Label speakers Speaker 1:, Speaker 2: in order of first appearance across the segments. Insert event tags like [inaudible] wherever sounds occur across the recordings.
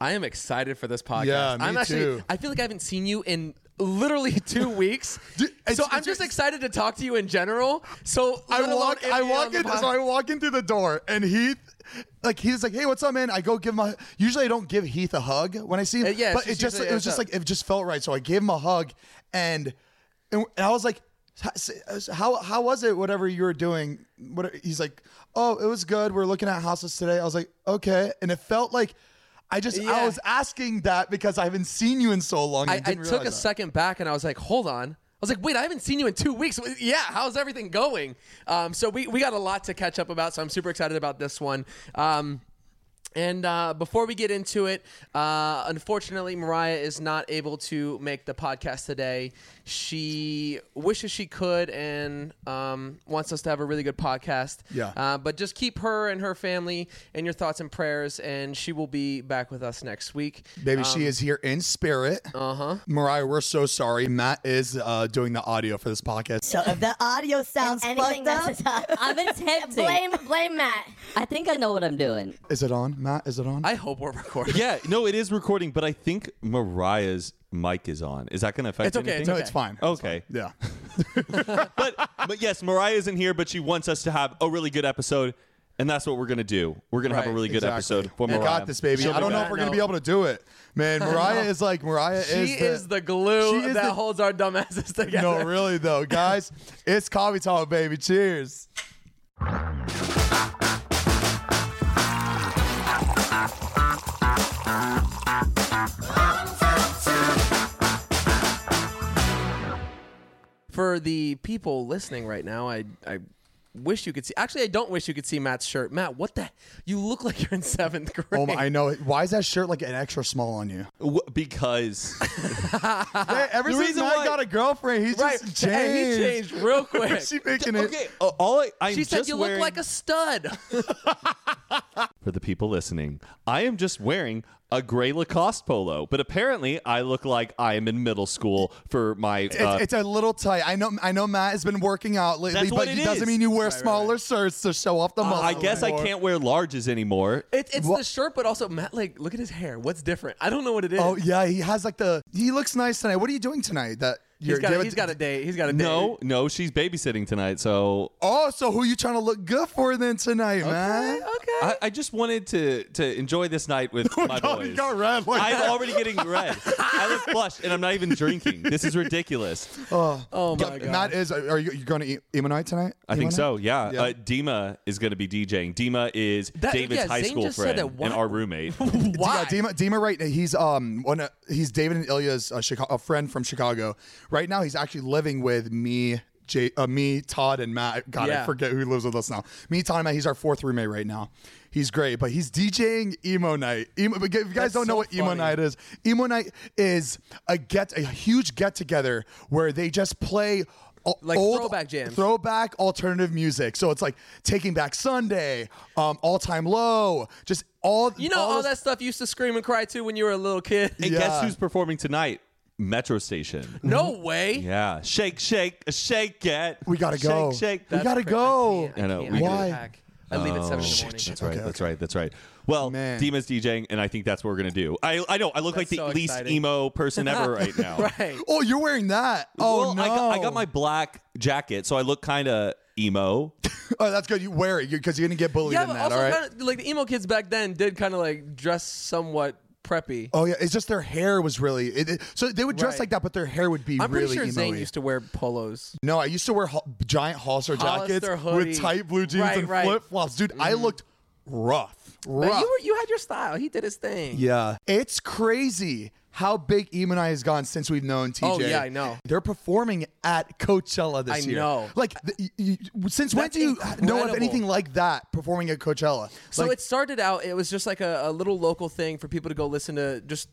Speaker 1: I am excited for this podcast.
Speaker 2: Yeah, me
Speaker 1: I'm actually
Speaker 2: too.
Speaker 1: I feel like I haven't seen you in literally [laughs] two weeks.
Speaker 2: Dude, it's-
Speaker 1: so I'm
Speaker 2: it's-
Speaker 1: just excited to talk to you in general. So
Speaker 2: I
Speaker 1: let alone
Speaker 2: walk,
Speaker 1: if
Speaker 2: I
Speaker 1: you're on
Speaker 2: walk
Speaker 1: the
Speaker 2: in,
Speaker 1: pod-
Speaker 2: so I walk in through the door, and Heath, like he's like, "Hey, what's up, man?" I go give him. a Usually, I don't give Heath a hug when I see him,
Speaker 1: Uh, yeah,
Speaker 2: but
Speaker 1: she's
Speaker 2: it just
Speaker 1: usually,
Speaker 2: it
Speaker 1: "What's
Speaker 2: was just
Speaker 1: up?"
Speaker 2: like it just felt right, so I gave him a hug, and and, and I was like, "How how was it? Whatever you were doing?" What he's like, "Oh, it was good. We're looking at houses today." I was like, "Okay," and it felt like. I just
Speaker 1: Yeah.
Speaker 2: I was asking that because I haven't seen you in so long.
Speaker 1: I,
Speaker 2: and
Speaker 1: I
Speaker 2: didn't
Speaker 1: took a
Speaker 2: realize that.
Speaker 1: second back and I was like, hold on. I was like, wait, I haven't seen you in two weeks. Yeah, how's everything going? Um, so we, we got a lot to catch up about. So I'm super excited about this one. Um, and uh, before we get into it, uh, unfortunately, Mariah is not able to make the podcast today. She wishes she could and um, wants us to have a really good podcast.
Speaker 2: Yeah.
Speaker 1: Uh, but just keep her and her family in your thoughts and prayers, and she will be back with us next week.
Speaker 2: Baby,
Speaker 1: Um,
Speaker 2: she is here in spirit. Uh huh.
Speaker 1: Uh-huh.
Speaker 2: Mariah, we're so sorry. Matt is uh, doing the audio for this podcast.
Speaker 3: So if the audio sounds
Speaker 4: anything
Speaker 3: fucked
Speaker 4: messes
Speaker 3: up, [laughs] I'm attempting.
Speaker 4: Blame, blame Matt.
Speaker 3: I think I know what I'm doing.
Speaker 2: Is it on? Matt, is it on?
Speaker 1: I hope we're recording.
Speaker 5: Yeah, no, it is recording, but I think Mariah's mic is on. Is that going to affect
Speaker 1: It's okay,
Speaker 5: anything?
Speaker 1: it's
Speaker 2: no,
Speaker 1: okay.
Speaker 2: it's fine.
Speaker 5: Okay.
Speaker 2: Yeah.
Speaker 5: but but yes, Mariah isn't here, but she wants us to have a really good episode, and that's what we're gonna do. We're gonna have
Speaker 1: Right,
Speaker 5: a really good episode for
Speaker 2: We
Speaker 5: Mariah.
Speaker 2: got this, baby.
Speaker 5: She'll
Speaker 2: I
Speaker 5: be
Speaker 2: don't know
Speaker 5: back.
Speaker 2: if we're going
Speaker 1: No.
Speaker 2: to be able to do it.
Speaker 1: [laughs]
Speaker 2: Man, Mariah is like, Mariah
Speaker 1: She is
Speaker 2: is
Speaker 1: the, glue
Speaker 2: She is
Speaker 1: that
Speaker 2: the-
Speaker 1: holds our dumbasses [laughs] together.
Speaker 2: No, really, though. Guys, it's coffee talk, baby. Cheers.
Speaker 1: For the people listening right now, I I wish you could see. Actually, I don't wish you could see Matt's shirt. Matt, what the? You look like you're in seventh grade.
Speaker 2: Oh, my, I know. it. Why is that shirt like an extra small on you?
Speaker 5: W-
Speaker 1: [laughs]
Speaker 5: because
Speaker 2: Hey, ever
Speaker 5: The
Speaker 2: since
Speaker 5: reason
Speaker 2: Matt
Speaker 5: why-
Speaker 2: got a girlfriend, he's
Speaker 1: [laughs] right.
Speaker 2: just
Speaker 1: Hey,
Speaker 2: changed.
Speaker 1: he changed
Speaker 2: [laughs]
Speaker 1: real quick.
Speaker 2: She's making it.
Speaker 5: okay, uh, all I, I'm
Speaker 1: she said
Speaker 5: just
Speaker 1: you
Speaker 5: wearing-
Speaker 1: look like a stud. [laughs]
Speaker 5: for the people listening. I am just wearing a gray Lacoste polo, but apparently I look like I am in middle school for my. uh,
Speaker 2: It's, it's a little tight. I know. I know. Matt has been working out lately,
Speaker 5: That's
Speaker 2: but
Speaker 5: what
Speaker 2: he
Speaker 5: it
Speaker 2: doesn't
Speaker 5: is.
Speaker 2: mean you wear smaller shirts to show off the muscle.
Speaker 5: Uh, I guess I
Speaker 2: anymore.
Speaker 5: can't wear larges anymore.
Speaker 1: It, it's the shirt, but also Matt. Like, look at his hair. What's different? I don't know what it is.
Speaker 2: Oh yeah, he has like the. He looks nice tonight. What are you doing tonight? That
Speaker 1: he's
Speaker 2: you're.
Speaker 1: got,
Speaker 2: you have
Speaker 1: a,
Speaker 2: a-
Speaker 1: he's got a date. He's got a date.
Speaker 5: No, no, she's babysitting tonight, so
Speaker 2: Oh, so who you trying to look good for then tonight, man?
Speaker 1: Okay.
Speaker 5: I, I just wanted to to enjoy this
Speaker 2: [laughs]
Speaker 5: night with my
Speaker 2: God, he
Speaker 5: boys.
Speaker 2: got red like
Speaker 5: I'm
Speaker 2: that.
Speaker 5: already getting red.
Speaker 2: [laughs]
Speaker 5: I look flushed, and I'm not even drinking. This is ridiculous.
Speaker 1: oh my god.
Speaker 2: Matt is. Are you, you going to eat Emonite tonight?
Speaker 5: I think
Speaker 2: Emonite?
Speaker 5: so. Yeah,
Speaker 2: Yeah.
Speaker 5: Uh, Dima is going to be DJing. Dima is
Speaker 1: That-
Speaker 5: David's
Speaker 1: yeah,
Speaker 5: high
Speaker 1: Zane
Speaker 5: school
Speaker 1: just said
Speaker 5: friend
Speaker 1: that. Why-
Speaker 5: and our roommate.
Speaker 1: [laughs] Why?
Speaker 2: Yeah, Dima, Dima right now, he's um one of, he's David and Ilya's uh, Chica- a friend from Chicago. Right now he's actually living with me, Jay, uh, me, Todd and Matt. God,
Speaker 1: Yeah.
Speaker 2: I forget who lives with us now. Me, Todd and Matt, he's our fourth roommate right now. He's great, but he's DJing emo night. Emo, but if you guys
Speaker 1: That's
Speaker 2: don't know
Speaker 1: so
Speaker 2: what emo
Speaker 1: funny.
Speaker 2: night is, emo night is a get a huge get together where they just play o-
Speaker 1: Like
Speaker 2: old-
Speaker 1: throwback jams.
Speaker 2: throwback alternative music. So it's like Taking Back Sunday, um, All Time Low, just all
Speaker 1: You know oh, all, that stuff you used to scream and cry to when you were a little kid.
Speaker 5: and
Speaker 2: Yeah.
Speaker 5: guess who's performing tonight? Metro Station.
Speaker 1: No way.
Speaker 5: Yeah, shake, shake, shake it.
Speaker 2: We gotta go.
Speaker 5: Shake, shake.
Speaker 2: we gotta
Speaker 1: cra-
Speaker 2: go.
Speaker 1: I, can't, I,
Speaker 5: I know,
Speaker 1: can't.
Speaker 5: we
Speaker 1: I
Speaker 5: do.
Speaker 1: gotta
Speaker 2: Why?
Speaker 1: pack. I leave at seven in the
Speaker 2: Oh,
Speaker 1: morning.
Speaker 5: That's right. That's right. That's right. Well,
Speaker 2: Man.
Speaker 5: Dima's DJing, and I think that's what we're gonna do. I I know. I look like the
Speaker 1: so
Speaker 5: least
Speaker 1: exciting.
Speaker 5: emo person
Speaker 1: [laughs]
Speaker 5: ever right now.
Speaker 1: Right.
Speaker 2: Oh, you're wearing that. Oh
Speaker 5: well,
Speaker 2: no.
Speaker 5: I got, I got my black jacket, so I look kind of emo.
Speaker 2: Oh, that's good. You wear it because you're gonna get bullied
Speaker 1: Yeah,
Speaker 2: in
Speaker 1: but
Speaker 2: that.
Speaker 1: also
Speaker 2: All right.
Speaker 1: kind of like the emo kids back then did kind of like dress somewhat preppy.
Speaker 2: Oh yeah, it's just their hair was really. It, it- so they would dress
Speaker 1: Right.
Speaker 2: like that, but their hair would be
Speaker 1: I'm
Speaker 2: really
Speaker 1: pretty sure Zayn
Speaker 2: emo-y.
Speaker 1: used to wear polos.
Speaker 2: No, I used to wear ho- giant Hollister jackets
Speaker 1: Hollister hoodie.
Speaker 2: with tight blue jeans
Speaker 1: Right,
Speaker 2: and
Speaker 1: right. Mm-hmm.
Speaker 2: flip flops, dude. I looked rough.
Speaker 1: But
Speaker 2: Rough.
Speaker 1: you were you had your style. He did his thing.
Speaker 2: Yeah. It's crazy how big Eamon I has gone since we've known TJ.
Speaker 1: Oh, yeah, I know.
Speaker 2: They're performing at Coachella this
Speaker 1: I
Speaker 2: year.
Speaker 1: know.
Speaker 2: Like, th- y- y- since when
Speaker 1: That's
Speaker 2: do you know of
Speaker 1: incredible.
Speaker 2: anything like that performing at Coachella?
Speaker 1: So
Speaker 2: Like,
Speaker 1: it started out. It was just like a, a little local thing for people to go listen to just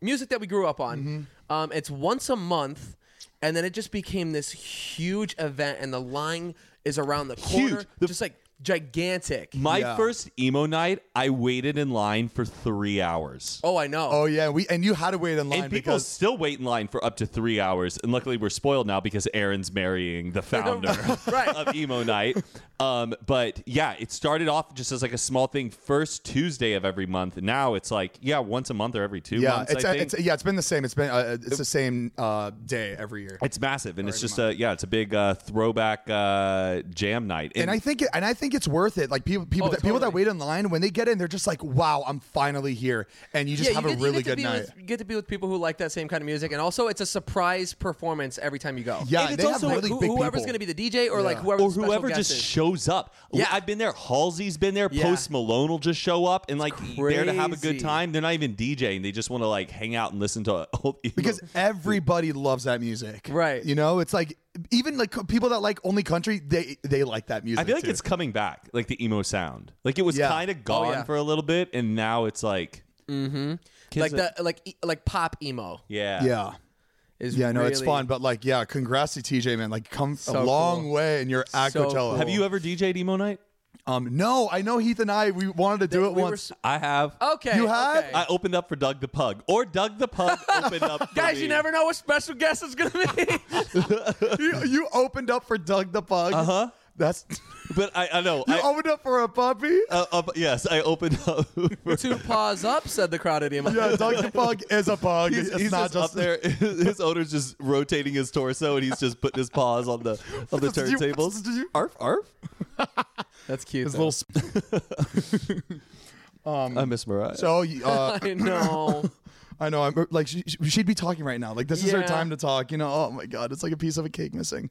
Speaker 1: music that we grew up on. Um, it's once a month, and then it just became this huge event, and the line is around the corner,
Speaker 5: Huge. The-
Speaker 1: just like gigantic.
Speaker 5: My
Speaker 2: [laughs] Yeah.
Speaker 5: first emo night, I waited in line for three hours.
Speaker 1: oh, I know.
Speaker 2: Oh yeah, we and you had to wait in line
Speaker 5: And people
Speaker 2: because
Speaker 5: still wait in line for up to three hours. And luckily, we're spoiled now because Aaron's marrying the founder
Speaker 2: [laughs]
Speaker 1: Right.
Speaker 5: [laughs] of Emo Night. Um, but yeah, it started off just as like a small thing, first Tuesday of every month. Now it's like, yeah, once a month or every two
Speaker 2: yeah,
Speaker 5: months.
Speaker 2: it's,
Speaker 5: I
Speaker 2: uh,
Speaker 5: think.
Speaker 2: it's yeah, it's been the same. It's been uh, it's the same uh, day every year.
Speaker 5: It's massive, and it's just a yeah, it's a big uh, throwback uh, jam night.
Speaker 2: and I think it, and I think it's worth it. Like people people
Speaker 1: Oh,
Speaker 2: that, people that
Speaker 1: totally.
Speaker 2: wait in line when they get in, they're just like, "Wow, I'm finally here!" And you just have
Speaker 1: you
Speaker 2: a
Speaker 1: get- you get
Speaker 2: really
Speaker 1: to
Speaker 2: good
Speaker 1: be
Speaker 2: night.
Speaker 1: with- you get to be with people who like that same kind of music, and also it's a surprise performance every time you go.
Speaker 2: yeah,
Speaker 5: And
Speaker 2: and
Speaker 5: it's
Speaker 2: they have
Speaker 5: also, like,
Speaker 2: really
Speaker 1: who-
Speaker 2: big
Speaker 1: whoever's
Speaker 2: people.
Speaker 1: going to be the DJ or like
Speaker 2: Yeah.
Speaker 1: whoever,
Speaker 5: or
Speaker 1: the special
Speaker 5: whoever
Speaker 1: guest
Speaker 5: just
Speaker 1: is.
Speaker 5: shows up.
Speaker 1: Yeah.
Speaker 5: I've been there. Halsey's been there.
Speaker 1: Yeah.
Speaker 5: Post Malone will just show up and like there to have a good
Speaker 1: crazy.
Speaker 5: time. They're not even DJing. They just want to like hang out and listen to old [laughs] emo.
Speaker 2: because everybody loves that music,
Speaker 1: Right.
Speaker 2: You know, it's like even like people that like only country, they they like that music.
Speaker 5: I feel like
Speaker 2: too.
Speaker 5: it's coming back, like the emo sound. Like it was
Speaker 2: Yeah.
Speaker 5: kind of gone
Speaker 1: yeah.
Speaker 5: for a little bit, and now it's like, mm-hmm.
Speaker 1: like the like e- like pop emo.
Speaker 5: yeah,
Speaker 2: yeah.
Speaker 1: Is
Speaker 2: Yeah, no, it's
Speaker 1: really-
Speaker 2: fun, but like, yeah, congrats to TJ, man. Like, come
Speaker 1: So
Speaker 2: a long
Speaker 1: cool.
Speaker 2: way, and you're at
Speaker 1: So
Speaker 2: Coachella.
Speaker 1: cool.
Speaker 5: Have you ever DJ'd emo night?
Speaker 2: Um, no, I know Heath and I we wanted to do it
Speaker 1: we were
Speaker 2: once.
Speaker 1: s-
Speaker 5: I have.
Speaker 1: Okay,
Speaker 2: You have?
Speaker 1: okay.
Speaker 5: I opened up for Doug the Pug, or Doug the
Speaker 1: [laughs]
Speaker 5: Pug opened up. For
Speaker 1: Guys,
Speaker 5: me.
Speaker 1: you never know what special guest is going to be. [laughs]
Speaker 2: you, [laughs] you opened up for Doug the Pug. Uh huh. That's [laughs]
Speaker 5: But I, I know.
Speaker 2: you
Speaker 5: Uh-huh. I,
Speaker 2: opened up for a puppy.
Speaker 5: uh, up- yes, I opened up. [laughs] for-
Speaker 1: Two paws up, said the crowded emo.
Speaker 2: yeah, Doug the Pug is a pug.
Speaker 5: He's,
Speaker 2: it's
Speaker 5: he's
Speaker 2: not
Speaker 5: just,
Speaker 2: just
Speaker 5: up there. [laughs] His owner's just rotating his torso, and he's just putting his paws on the on
Speaker 1: [laughs]
Speaker 5: the
Speaker 2: [laughs] Did you-
Speaker 5: turntables.
Speaker 2: did you-
Speaker 5: Arf, arf.
Speaker 1: [laughs] That's cute.
Speaker 2: His
Speaker 1: though.
Speaker 2: little. Sp-
Speaker 5: I
Speaker 1: Um,
Speaker 5: miss Mariah.
Speaker 2: so
Speaker 5: [laughs]
Speaker 2: uh,
Speaker 1: [laughs] I know.
Speaker 2: I know I'm like she, she- she'd be talking right now. Like this is her
Speaker 1: Yeah.
Speaker 2: time to talk. You know. Oh my God, it's like a piece of a cake missing.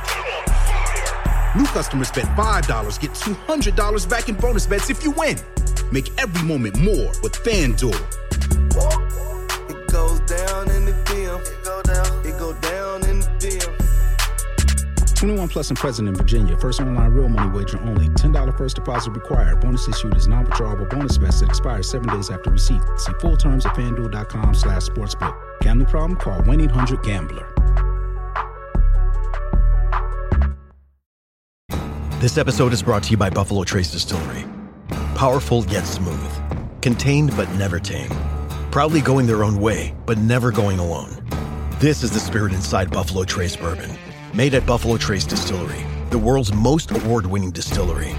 Speaker 4: New customers bet $5, get $200 back in bonus bets if you win. Make every moment more with FanDuel.
Speaker 6: It goes down in the field. It go down. It go down in the field.
Speaker 4: 21 plus and present in Virginia. First online real money wager only. $10 first deposit required. Bonus issued is non-withdrawable bonus vest that expires seven days after receipt. See full terms at fanduel.com slash sportsbook. Gambling problem? Call 1-800-GAMBLER.
Speaker 7: This episode is brought to you by Buffalo Trace Distillery. Powerful yet smooth. Contained but never tame. Proudly going their own way, but never going alone. This is the spirit inside Buffalo Trace Bourbon. Made at Buffalo Trace Distillery, the world's most award winning distillery.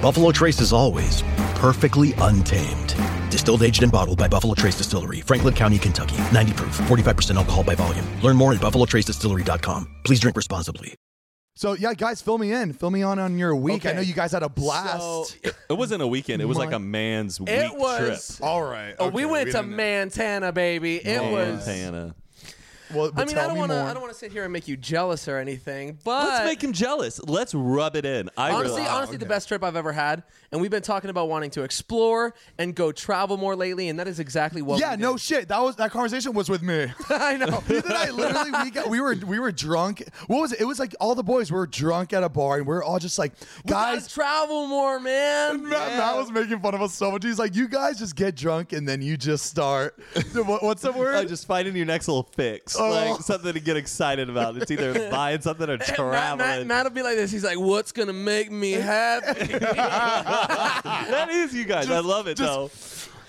Speaker 7: Buffalo Trace is always perfectly untamed. Distilled, aged, and bottled by Buffalo Trace Distillery, Franklin County, Kentucky. 90 proof, 45% alcohol by volume. Learn more at buffalotracedistillery.com. Please drink responsibly.
Speaker 2: So yeah, guys, fill me in. Fill me on on your week. I
Speaker 1: Okay.
Speaker 2: know you guys had a [laughs] blast.
Speaker 1: So-
Speaker 5: It wasn't a weekend. It was like a man's week
Speaker 1: it
Speaker 5: trip.
Speaker 1: was.
Speaker 2: All right.
Speaker 1: oh, we
Speaker 2: okay,
Speaker 1: went to
Speaker 2: didn't-
Speaker 1: Montana, baby. It was.
Speaker 5: Montana.
Speaker 2: Well, but
Speaker 1: I mean,
Speaker 2: tell
Speaker 1: I don't
Speaker 2: me
Speaker 1: want to.
Speaker 2: more.
Speaker 1: I don't want to sit here and make you jealous or anything, but
Speaker 5: Let's make him jealous. Let's rub it in. I
Speaker 1: honestly,
Speaker 5: really-
Speaker 1: honestly, the best trip I've ever had. And we've been talking about wanting to explore and go travel more lately, and that is exactly what.
Speaker 2: yeah,
Speaker 1: we
Speaker 2: no
Speaker 1: did.
Speaker 2: shit. That was that conversation was with me.
Speaker 1: [laughs] I know.
Speaker 2: [laughs] Heath and I literally we got we were we were drunk. What was it? It was like all the boys were drunk at a bar and we are all just like,
Speaker 1: Guys,
Speaker 2: guys.
Speaker 1: travel more, man.
Speaker 2: Matt,
Speaker 1: [laughs]
Speaker 2: Matt was making fun of us so much. He's like, you guys just get drunk and then you just [laughs] start. What- What's the word?
Speaker 5: Oh, just finding your next little fix,
Speaker 1: Oh.
Speaker 5: like something to get excited about.
Speaker 1: [laughs]
Speaker 5: It's either buying something or
Speaker 1: Matt,
Speaker 5: traveling.
Speaker 1: Matt, Matt will be like this. He's like, "What's gonna make me happy?
Speaker 5: [laughs] that is you guys. I love it though.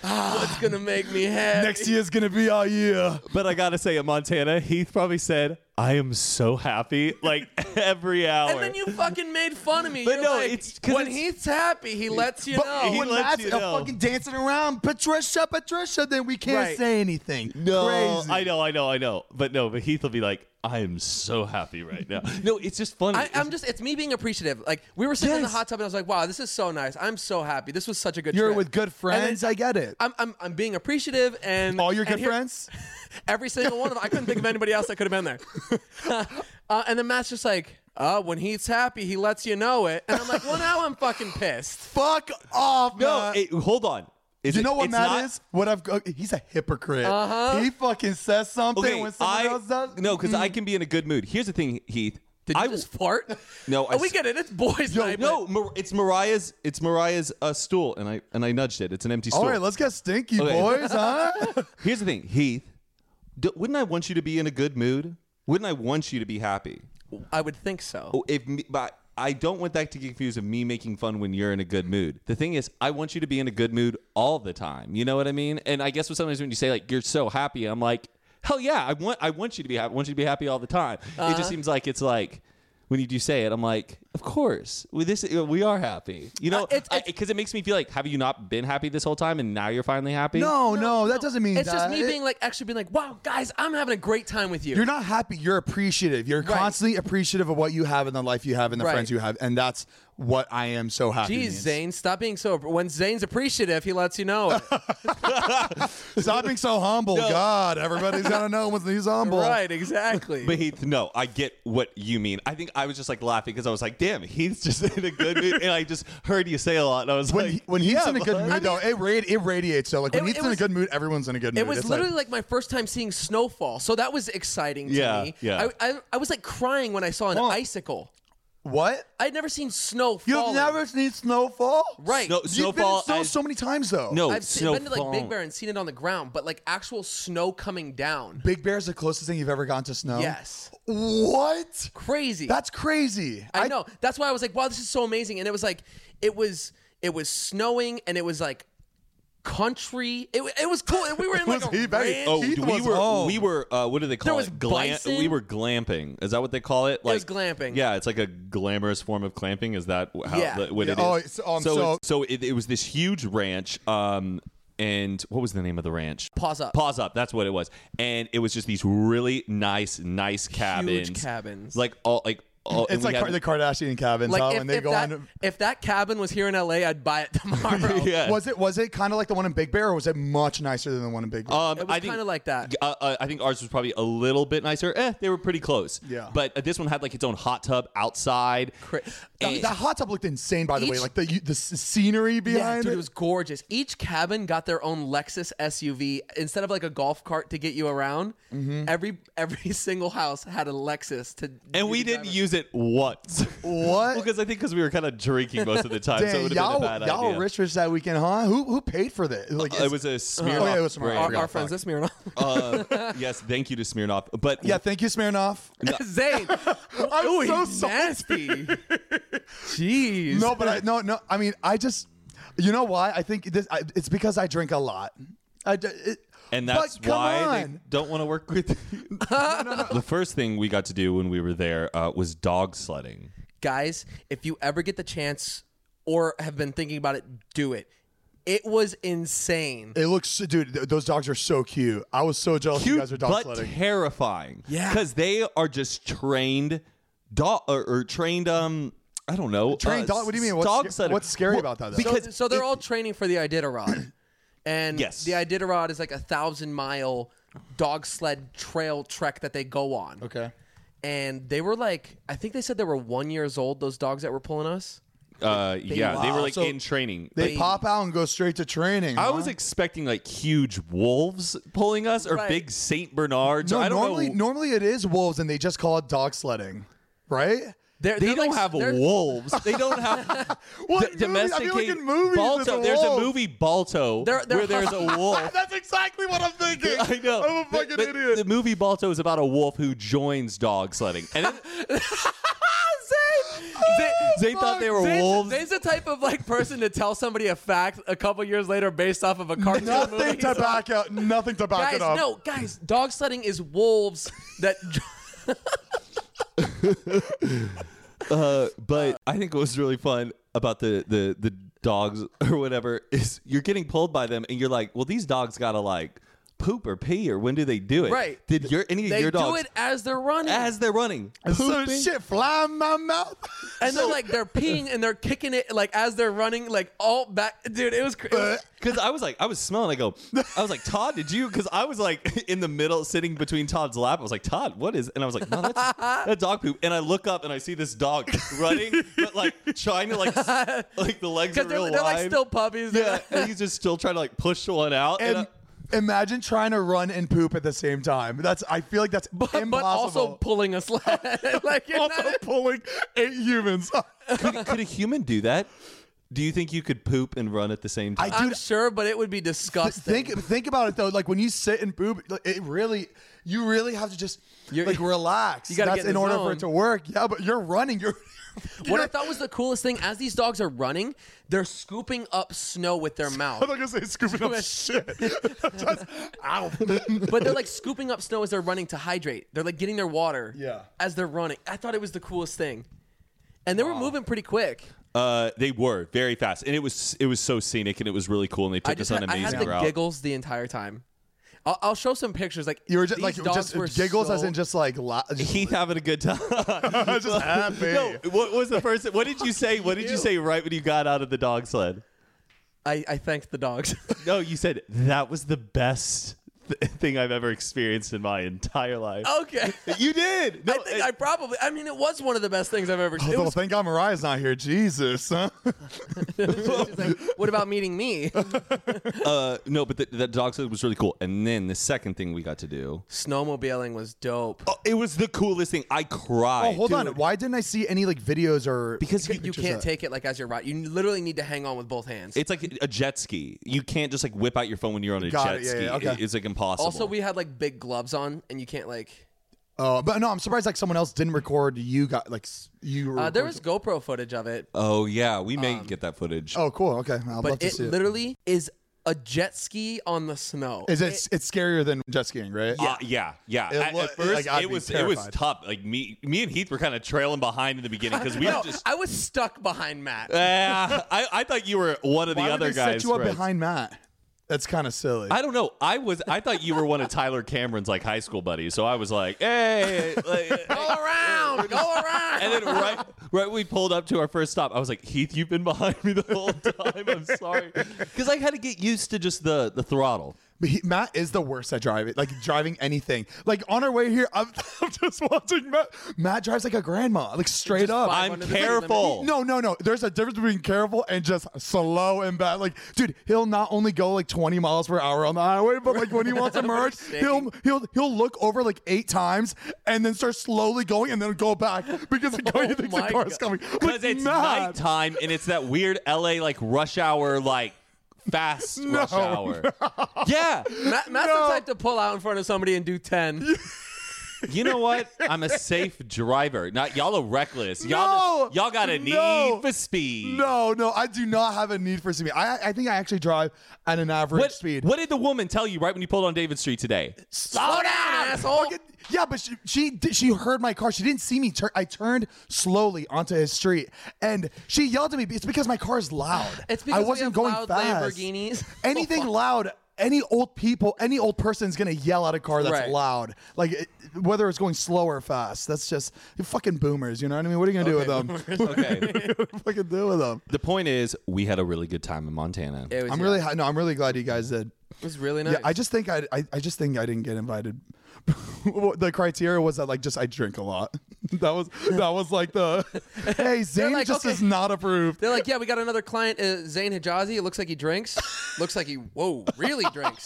Speaker 1: What's gonna make me happy?"
Speaker 2: Next year's gonna be our year.
Speaker 5: But I gotta say, in Montana, Heath probably said, "I am so happy," like [laughs] every hour.
Speaker 1: and then you fucking made fun of me.
Speaker 5: But
Speaker 1: You're
Speaker 5: no,
Speaker 1: like,
Speaker 5: it's 'cause
Speaker 1: when
Speaker 5: it's-
Speaker 1: he's happy, he lets you
Speaker 2: But
Speaker 1: know.
Speaker 5: he
Speaker 2: when
Speaker 5: lets
Speaker 2: Matt's
Speaker 5: you know.
Speaker 2: fucking dancing around, Patricia, Patricia, then we can't
Speaker 1: Right.
Speaker 2: say anything.
Speaker 5: No,
Speaker 2: Crazy.
Speaker 5: Oh, I know, I know, I know. But no, but Heath will be like, "I am so happy right now." No, it's just funny.
Speaker 1: I, I'm just, it's me being appreciative. Like, we were sitting in the
Speaker 5: Yes.
Speaker 1: hot tub and I was like, wow, this is so nice. I'm so happy. This was such a good
Speaker 2: You're
Speaker 1: trip.
Speaker 2: with good
Speaker 1: And then
Speaker 2: friends. I get it.
Speaker 1: I'm, I'm, I'm being appreciative and.
Speaker 2: all your good
Speaker 1: and here-
Speaker 2: friends?
Speaker 1: Every single one of them. I couldn't think of anybody else that could have been
Speaker 2: [laughs]
Speaker 1: there. uh, and then Matt's just like, uh, when he's happy, he lets you know it. And I'm like, well, now I'm fucking pissed.
Speaker 2: [laughs] Fuck off,
Speaker 5: No,
Speaker 1: uh,
Speaker 2: Matt.
Speaker 5: it- hold on. Is
Speaker 2: you
Speaker 5: it-
Speaker 2: know what
Speaker 5: it's
Speaker 2: Matt
Speaker 5: not-
Speaker 2: is? What I've got- he's a hypocrite. Uh-huh. He fucking says something
Speaker 5: Okay,
Speaker 2: when someone
Speaker 5: I
Speaker 2: else does.
Speaker 5: no, because I can be in a good mood. Here's the thing, Heath.
Speaker 1: Mm-hmm. Did you
Speaker 5: I
Speaker 1: just fart?
Speaker 5: No, I
Speaker 1: oh, we
Speaker 5: s-
Speaker 1: get it. It's boys' night.
Speaker 5: no, Mar- it's Mariah's. It's Mariah's uh, stool, and I and I nudged it. It's an empty stool.
Speaker 2: All right, let's get stinky,
Speaker 5: Okay.
Speaker 1: [laughs]
Speaker 2: boys, huh?
Speaker 5: Here's the thing, Heath. D- wouldn't I want you to be in a good mood? Wouldn't I want you to be happy?
Speaker 1: but I would think so.
Speaker 5: Oh, If me, but I don't want that to get confused of me making fun when you're in a good mood. The thing is, I want you to be in a good mood all the time. You know what I mean? And I guess what sometimes when you say like you're so happy, I'm like, hell yeah, I want I want you to be happy. I want you to be happy all the time. It
Speaker 1: Uh-huh.
Speaker 5: just seems like it's like. When you do say it, I'm like, of course. We this uh, we are happy, you know,
Speaker 1: Uh, it's- it's-
Speaker 5: because it makes me feel like, have you not been happy this whole time, and now you're finally happy?
Speaker 2: no, no, that doesn't mean
Speaker 1: It's just
Speaker 2: that.
Speaker 1: me
Speaker 2: It-
Speaker 1: being like, actually being like, wow, guys, I'm having a great time with you.
Speaker 2: You're not happy. You're appreciative. You're constantly appreciative of what you have and the life you have and the
Speaker 1: Right.
Speaker 2: friends you have, and that's what I am so happy.
Speaker 1: Geez,
Speaker 2: means.
Speaker 1: Zane, stop being so. When Zane's appreciative, he lets you know it.
Speaker 2: [laughs] Stop being so humble. God, everybody's gotta know when he's humble.
Speaker 1: right, exactly.
Speaker 5: But Heath, no, I get what you mean. I think I was just like laughing because I was like, damn, Heath's just [laughs] in a good mood. And I just heard you say a lot. And I was
Speaker 2: When
Speaker 5: like,
Speaker 2: he, when he's
Speaker 5: yeah,
Speaker 2: in a good
Speaker 5: bud.
Speaker 2: mood, though, it radi- it radiates. So like when
Speaker 1: It-
Speaker 2: he's
Speaker 1: it
Speaker 2: in a
Speaker 1: was-
Speaker 2: good mood, everyone's in a good mood.
Speaker 1: It was
Speaker 2: It's
Speaker 1: literally
Speaker 2: like,
Speaker 1: like my first time seeing snowfall, so that was exciting to
Speaker 5: Yeah,
Speaker 1: me.
Speaker 5: yeah.
Speaker 1: I, I, I was like crying when I saw an
Speaker 2: Well-
Speaker 1: icicle.
Speaker 2: what?
Speaker 1: I'd never seen snow.
Speaker 2: You've
Speaker 1: falling.
Speaker 2: never seen snowfall?
Speaker 1: right.
Speaker 5: Snow-
Speaker 2: You've been in
Speaker 5: snowfall.
Speaker 2: snow
Speaker 5: I-
Speaker 2: so many times though.
Speaker 5: [laughs] no,
Speaker 1: I've seen,
Speaker 5: snowfall.
Speaker 1: been to like Big Bear and seen it on the ground, but like actual snow coming down.
Speaker 2: Big Bear's the closest thing you've ever gotten to snow.
Speaker 1: Yes,
Speaker 2: What?
Speaker 1: crazy.
Speaker 2: That's crazy.
Speaker 1: I, know. That's why I was like, wow, this is so amazing. And it was like, it was it was snowing, and it was like country. It, wa- it was cool. And we were in like
Speaker 2: [laughs] was
Speaker 1: a
Speaker 2: heat back-
Speaker 1: ranch.
Speaker 5: Oh,
Speaker 2: Heath
Speaker 5: we
Speaker 2: was
Speaker 5: were
Speaker 2: home.
Speaker 5: we were uh, what do they call
Speaker 1: There was
Speaker 5: it? Glam-
Speaker 1: bison.
Speaker 5: we were glamping. Is that what they call it?
Speaker 1: was glamping.
Speaker 5: Yeah, it's like a glamorous form of clamping. Is that wh- how
Speaker 1: Yeah.
Speaker 5: the- what
Speaker 2: Yeah,
Speaker 5: it is?
Speaker 2: oh, it's- um,
Speaker 5: so
Speaker 2: so-
Speaker 5: it's- so it, it was this huge ranch. Um, and what was the name of the ranch?
Speaker 1: Paws Up.
Speaker 5: Paws up. That's what it was. And it was just these really nice, nice cabins.
Speaker 1: cabins.
Speaker 5: Like all like. All, and
Speaker 2: It's
Speaker 5: we
Speaker 2: like
Speaker 5: had-
Speaker 2: Kar- the Kardashian cabins, huh?
Speaker 1: Like if,
Speaker 2: when they
Speaker 1: if
Speaker 2: go
Speaker 1: that,
Speaker 2: on.
Speaker 1: if that cabin was here in LA, I'd buy it [laughs]
Speaker 2: [laughs]
Speaker 1: tomorrow.
Speaker 5: yeah.
Speaker 2: Was it was it kind of like the one in Big Bear, or was it much nicer than the one in Big Bear?
Speaker 5: Um,
Speaker 1: It was
Speaker 5: I think-
Speaker 1: kinda like that.
Speaker 5: Uh, uh, I think ours was probably a little bit nicer. Eh, they were pretty close.
Speaker 2: Yeah.
Speaker 5: But uh, this one had like its own hot tub outside.
Speaker 1: Cra-
Speaker 2: that,
Speaker 5: And-
Speaker 2: that hot tub looked insane, by the way.
Speaker 1: Each-
Speaker 2: Like the you- the s- scenery behind
Speaker 1: Yeah, dude,
Speaker 2: it.
Speaker 1: it was gorgeous. Each cabin got their own Lexus SUV instead of like a golf cart to get you around.
Speaker 2: Mm-hmm.
Speaker 1: Every every [laughs] single house had a Lexus to.
Speaker 5: and we didn't use it once.
Speaker 2: [laughs] [laughs]
Speaker 5: [laughs]
Speaker 2: what?
Speaker 5: Because I think because we were kind of drinking most of the time, so it
Speaker 2: Dang,
Speaker 5: would have
Speaker 2: y'all,
Speaker 5: been a bad
Speaker 2: y'all
Speaker 5: idea. Uh,
Speaker 2: were rich rich that weekend, huh? Who who paid for this? Like,
Speaker 5: it
Speaker 2: it's-
Speaker 5: was a Smirnoff.
Speaker 2: Oh, yeah, it was Smirnoff. I
Speaker 1: our,
Speaker 2: forgot,
Speaker 1: our friends
Speaker 2: fuck.
Speaker 1: this mirror. [laughs]
Speaker 5: Uh, [laughs] yes, thank you to Smirnoff. But
Speaker 2: yeah. Thank you, Smirnoff.
Speaker 1: Zane,
Speaker 2: [laughs] I'm
Speaker 1: ooh,
Speaker 2: so
Speaker 1: he's
Speaker 2: sorry. [laughs]
Speaker 1: nasty. Jeez.
Speaker 2: No, but I no no. I mean, I just you know why? I think this. I, it's because I drink a lot. I d- it-
Speaker 5: and
Speaker 2: but
Speaker 5: that's
Speaker 2: come
Speaker 5: why they
Speaker 2: on.
Speaker 5: don't want to work with [laughs] you. The first thing we got to do when we were there uh, was dog sledding.
Speaker 1: guys, if you ever get the chance or have been thinking about it, do it. It was insane.
Speaker 2: It looks, dude. th- those dogs are so cute. I was so jealous. you guys are dog
Speaker 5: but
Speaker 2: sledding.
Speaker 5: terrifying.
Speaker 1: Yeah.
Speaker 5: because they are just trained dog or, or trained. Um, I don't know. uh,
Speaker 2: Trained dog- what do you mean? What's
Speaker 5: dog
Speaker 2: sca-
Speaker 5: setter.
Speaker 2: what's scary about that, though?
Speaker 5: Because
Speaker 1: so, so they're all training for the
Speaker 5: [clears throat]
Speaker 1: Iditarod, and
Speaker 5: Yes.
Speaker 1: the Iditarod is like a thousand mile dog sled trail trek that they go on.
Speaker 2: Okay.
Speaker 1: and they were like, I think they said they were one years old. Those dogs that were pulling us.
Speaker 5: uh, yeah, they were like
Speaker 2: So
Speaker 5: in training.
Speaker 2: They
Speaker 5: Like,
Speaker 2: pop out and go straight to training.
Speaker 5: I
Speaker 2: huh?
Speaker 5: was expecting like huge wolves pulling us or
Speaker 1: Right.
Speaker 5: big Saint Bernards.
Speaker 2: No,
Speaker 5: I don't
Speaker 2: normally
Speaker 5: know.
Speaker 2: normally it is wolves, and they just call it dog sledding,
Speaker 5: [laughs]
Speaker 2: right?
Speaker 1: They're,
Speaker 5: they
Speaker 1: they're
Speaker 5: don't
Speaker 1: like-
Speaker 5: have
Speaker 1: they're- [laughs]
Speaker 5: wolves. They don't have
Speaker 2: What movie? I feel like
Speaker 5: domesticated
Speaker 2: in movies
Speaker 5: Balto.
Speaker 2: it's a
Speaker 5: there's
Speaker 2: wolf.
Speaker 5: a movie Balto
Speaker 1: They're- they're-
Speaker 5: where there's
Speaker 1: [laughs]
Speaker 5: a wolf.
Speaker 2: That's exactly what I'm thinking.
Speaker 5: [laughs] I know.
Speaker 2: I'm a
Speaker 5: But-
Speaker 2: fucking
Speaker 5: but
Speaker 2: idiot.
Speaker 5: The movie Balto is about a wolf who joins dog sledding. And then
Speaker 1: Zane-
Speaker 5: they thought they were
Speaker 1: Zane's-
Speaker 5: wolves.
Speaker 1: Zane's the type of like person to tell somebody a fact a couple years later based off of a cartoon movie.
Speaker 2: nothing
Speaker 5: [laughs]
Speaker 2: to back out. Nothing to back
Speaker 1: guys,
Speaker 2: it up.
Speaker 1: no, guys, dog sledding is wolves
Speaker 5: [laughs]
Speaker 1: that.
Speaker 5: Uh, but I think what was really fun about the the [laughs] the dogs or whatever is you're getting pulled by them and you're like, well, these dogs gotta like poop or pee or when do they do it?
Speaker 1: Right.
Speaker 5: Did your any of
Speaker 1: They
Speaker 5: your
Speaker 1: do
Speaker 5: dogs
Speaker 1: it as they're running,
Speaker 5: as they're running?
Speaker 2: So shit fly in
Speaker 1: [laughs]
Speaker 2: my mouth.
Speaker 1: and they're like they're peeing and they're kicking it like as they're running, like all back. Dude, it was crazy.
Speaker 5: Because I was like, I was smelling. I go, I was like, Todd, did you? Because I was like [laughs] in the middle, sitting between Todd's lap. I was like, Todd, what is? And I was like,
Speaker 1: [laughs]
Speaker 5: no, that's that dog poop. And I look up and I see this dog [laughs] running, but like trying
Speaker 1: [laughs]
Speaker 5: to like, s- like the legs are
Speaker 1: Because they're,
Speaker 5: real
Speaker 1: they're like
Speaker 5: wide.
Speaker 1: still puppies. They're
Speaker 5: yeah,
Speaker 1: like-
Speaker 5: and he's just still trying to like push one out. And, uh,
Speaker 2: And
Speaker 1: uh,
Speaker 2: imagine trying to run and poop at the same time. That's I feel like that's
Speaker 1: but,
Speaker 2: impossible.
Speaker 1: [laughs] but also pulling a sled. [laughs] like you're
Speaker 2: Also
Speaker 1: not-
Speaker 2: [laughs] pulling eight humans. [laughs]
Speaker 5: I- could, could a human do that? Do you think you could poop and run at the same time?
Speaker 1: [laughs] I'm sure, but it would be disgusting.
Speaker 2: think think about it though. Like when you sit and poop, like, it really you really have to just
Speaker 1: You're- [laughs]
Speaker 2: like relax.
Speaker 1: you gotta get
Speaker 2: That's
Speaker 1: in
Speaker 2: in
Speaker 1: the
Speaker 2: order for
Speaker 1: zone.
Speaker 2: it to work. Yeah, but you're running. You're
Speaker 1: What I thought was the coolest thing as these dogs are running, they're scooping up snow with their mouth.
Speaker 2: [laughs] I'm not gonna say
Speaker 1: [laughs]
Speaker 2: scooping up shit. [laughs] Just, ow.
Speaker 1: But they're like scooping up snow as they're running to hydrate. They're like getting their water
Speaker 2: Yeah.
Speaker 1: as they're running. I thought it was the coolest thing. And they were moving pretty quick.
Speaker 5: Uh, they were very fast, and it was it was so scenic, and it was really cool, and they took
Speaker 1: I just
Speaker 5: us on
Speaker 1: had,
Speaker 5: an
Speaker 1: I
Speaker 5: amazing
Speaker 1: had the
Speaker 5: route.
Speaker 1: giggles the entire time. I'll, I'll show some pictures. Like
Speaker 2: you were just
Speaker 1: these
Speaker 2: like
Speaker 1: dogs
Speaker 2: just
Speaker 1: were
Speaker 2: giggles
Speaker 1: so-
Speaker 2: as in just like la- just, [laughs]
Speaker 5: Heath having a good time.
Speaker 2: just happy.
Speaker 5: No, what was the first? What did you say? What did you say right when you got out of the dog sled?
Speaker 1: I, I thanked the dogs. [laughs]
Speaker 5: No, you said that was the best th- thing I've ever experienced in my entire life.
Speaker 2: Oh, [laughs]
Speaker 1: okay.
Speaker 5: [laughs] you did. No,
Speaker 1: I think
Speaker 5: and- [laughs]
Speaker 1: I probably. I mean, it was one of the best things I've
Speaker 2: [laughs]
Speaker 1: ever. [laughs] It
Speaker 2: Well,
Speaker 1: was,
Speaker 2: "Oh, thank God Mariah's not here. Jesus, huh? [laughs]
Speaker 1: she's like, what about meeting me? [laughs]
Speaker 5: uh, no, but the, the dog sled was really cool. And then the second thing we got to do,
Speaker 1: Snowmobiling was dope.
Speaker 5: oh, it was the coolest thing. I cried.
Speaker 2: Oh, hold on.
Speaker 5: Dude,
Speaker 2: Why didn't I see any like videos or
Speaker 5: Because
Speaker 2: [laughs]
Speaker 1: You- you can't take it like as your rod. You literally need to hang on with both hands.
Speaker 5: It's like a jet ski. You can't just like whip out your phone when you're on a
Speaker 2: Got
Speaker 5: jet
Speaker 2: it, yeah,
Speaker 5: ski.
Speaker 2: yeah, okay.
Speaker 5: It- It's like impossible.
Speaker 1: also, we had like big gloves on, and you can't like.
Speaker 2: Uh, but no, I'm surprised like someone else didn't record. You got like s- you. Were
Speaker 1: Uh, there
Speaker 2: recording-
Speaker 1: was GoPro footage of it,
Speaker 5: Oh yeah, we may get that footage.
Speaker 2: Oh, cool. Okay, I'd love
Speaker 1: but
Speaker 2: to
Speaker 1: it
Speaker 2: see it.
Speaker 1: literally is a jet ski on the snow.
Speaker 2: Is it, It's scarier than jet skiing, right?
Speaker 5: Yeah, Uh, yeah, yeah.
Speaker 2: It
Speaker 5: at,
Speaker 2: wa-
Speaker 5: at first,
Speaker 2: like, I'd
Speaker 5: it
Speaker 2: be
Speaker 5: was it was
Speaker 2: terrified.
Speaker 5: tough. Like me, me and Heath were kind of trailing behind in the
Speaker 2: [laughs]
Speaker 5: beginning because we
Speaker 1: no,
Speaker 5: were just.
Speaker 1: I was stuck behind
Speaker 5: [laughs]
Speaker 1: Matt.
Speaker 5: Yeah, I, I thought you were one of the
Speaker 2: Why would
Speaker 5: other
Speaker 2: they
Speaker 5: guys.
Speaker 2: set you up
Speaker 5: friends.
Speaker 2: behind Matt? That's kind of silly.
Speaker 5: I don't know. I was. I thought you were one of Tyler Cameron's like high school buddies. So I was like,
Speaker 1: [laughs]
Speaker 2: [laughs]
Speaker 5: hey, like,
Speaker 1: go around, go around.
Speaker 5: and then right, right, when we pulled up to our first stop. I was like, Heath, you've been behind me the whole time. I'm sorry, because I had to get used to just the the throttle.
Speaker 2: But he, Matt is the worst at driving, like driving anything. Like on our way here, I'm, [laughs] I'm just watching Matt. Matt drives like a grandma, like straight up.
Speaker 1: five
Speaker 5: I'm
Speaker 1: under the speed limit.
Speaker 5: careful.
Speaker 2: No, no, no. There's a difference between careful and just slow and bad. Like, dude, he'll not only go like 20 miles per hour on the highway, but like when he wants to
Speaker 5: [laughs]
Speaker 2: merge, he'll he'll he'll look over like eight times and then start slowly going and then go back because the guy
Speaker 1: Oh
Speaker 2: thinks the
Speaker 1: my
Speaker 2: car's
Speaker 1: God.
Speaker 2: coming. Like,
Speaker 5: Because it's
Speaker 2: Matt.
Speaker 5: nighttime and it's that weird LA like rush hour, like fast rush hour. Yeah.
Speaker 1: Matt, Matt's the
Speaker 2: No.
Speaker 1: type to pull out in front of somebody and do ten.
Speaker 5: You know what? I'm a safe driver. Not y'all are reckless. Y'all
Speaker 2: No.
Speaker 5: just- y'all got a need
Speaker 2: No.
Speaker 5: for speed.
Speaker 2: No, no, I do not have a need for speed. I I think I actually drive at an average
Speaker 5: What,
Speaker 2: speed.
Speaker 5: what did the woman tell you right when you pulled on David Street today?
Speaker 1: [laughs] Slow down, asshole.
Speaker 2: Fucking- yeah, but she she did- she heard my car. She didn't see me turn. I turned slowly onto his street, and she yelled at me. It's because my car is loud.
Speaker 1: [sighs] It's because
Speaker 2: I
Speaker 1: we
Speaker 2: wasn't
Speaker 1: have
Speaker 2: going
Speaker 1: loud
Speaker 2: fast.
Speaker 1: Lamborghinis.
Speaker 2: [laughs]
Speaker 1: Oh,
Speaker 2: Anything loud. Any old people, any old person's gonna yell at a car that's
Speaker 1: Right.
Speaker 2: loud, like it, whether it's going slow or fast. That's just you fucking boomers. You know what I mean? [laughs] What are you gonna do
Speaker 1: [laughs]
Speaker 2: with them?
Speaker 5: Okay.
Speaker 2: What are you gonna fucking do with them?
Speaker 5: the point is, we had a really good time in Montana.
Speaker 1: It was,
Speaker 2: I'm
Speaker 1: yeah,
Speaker 2: really ha- no. I'm really glad you guys did.
Speaker 1: It was really nice.
Speaker 2: Yeah, I just think I, I I just think I didn't get invited. [laughs] the criteria was that like just I drink a lot. [laughs] that was that was
Speaker 1: [laughs]
Speaker 2: like the hey Zane
Speaker 1: like,
Speaker 2: just
Speaker 1: okay.
Speaker 2: is not approved.
Speaker 1: They're like, yeah, we got another client, uh, Zane Hijazi. It looks like he drinks. looks like he, whoa, really drinks.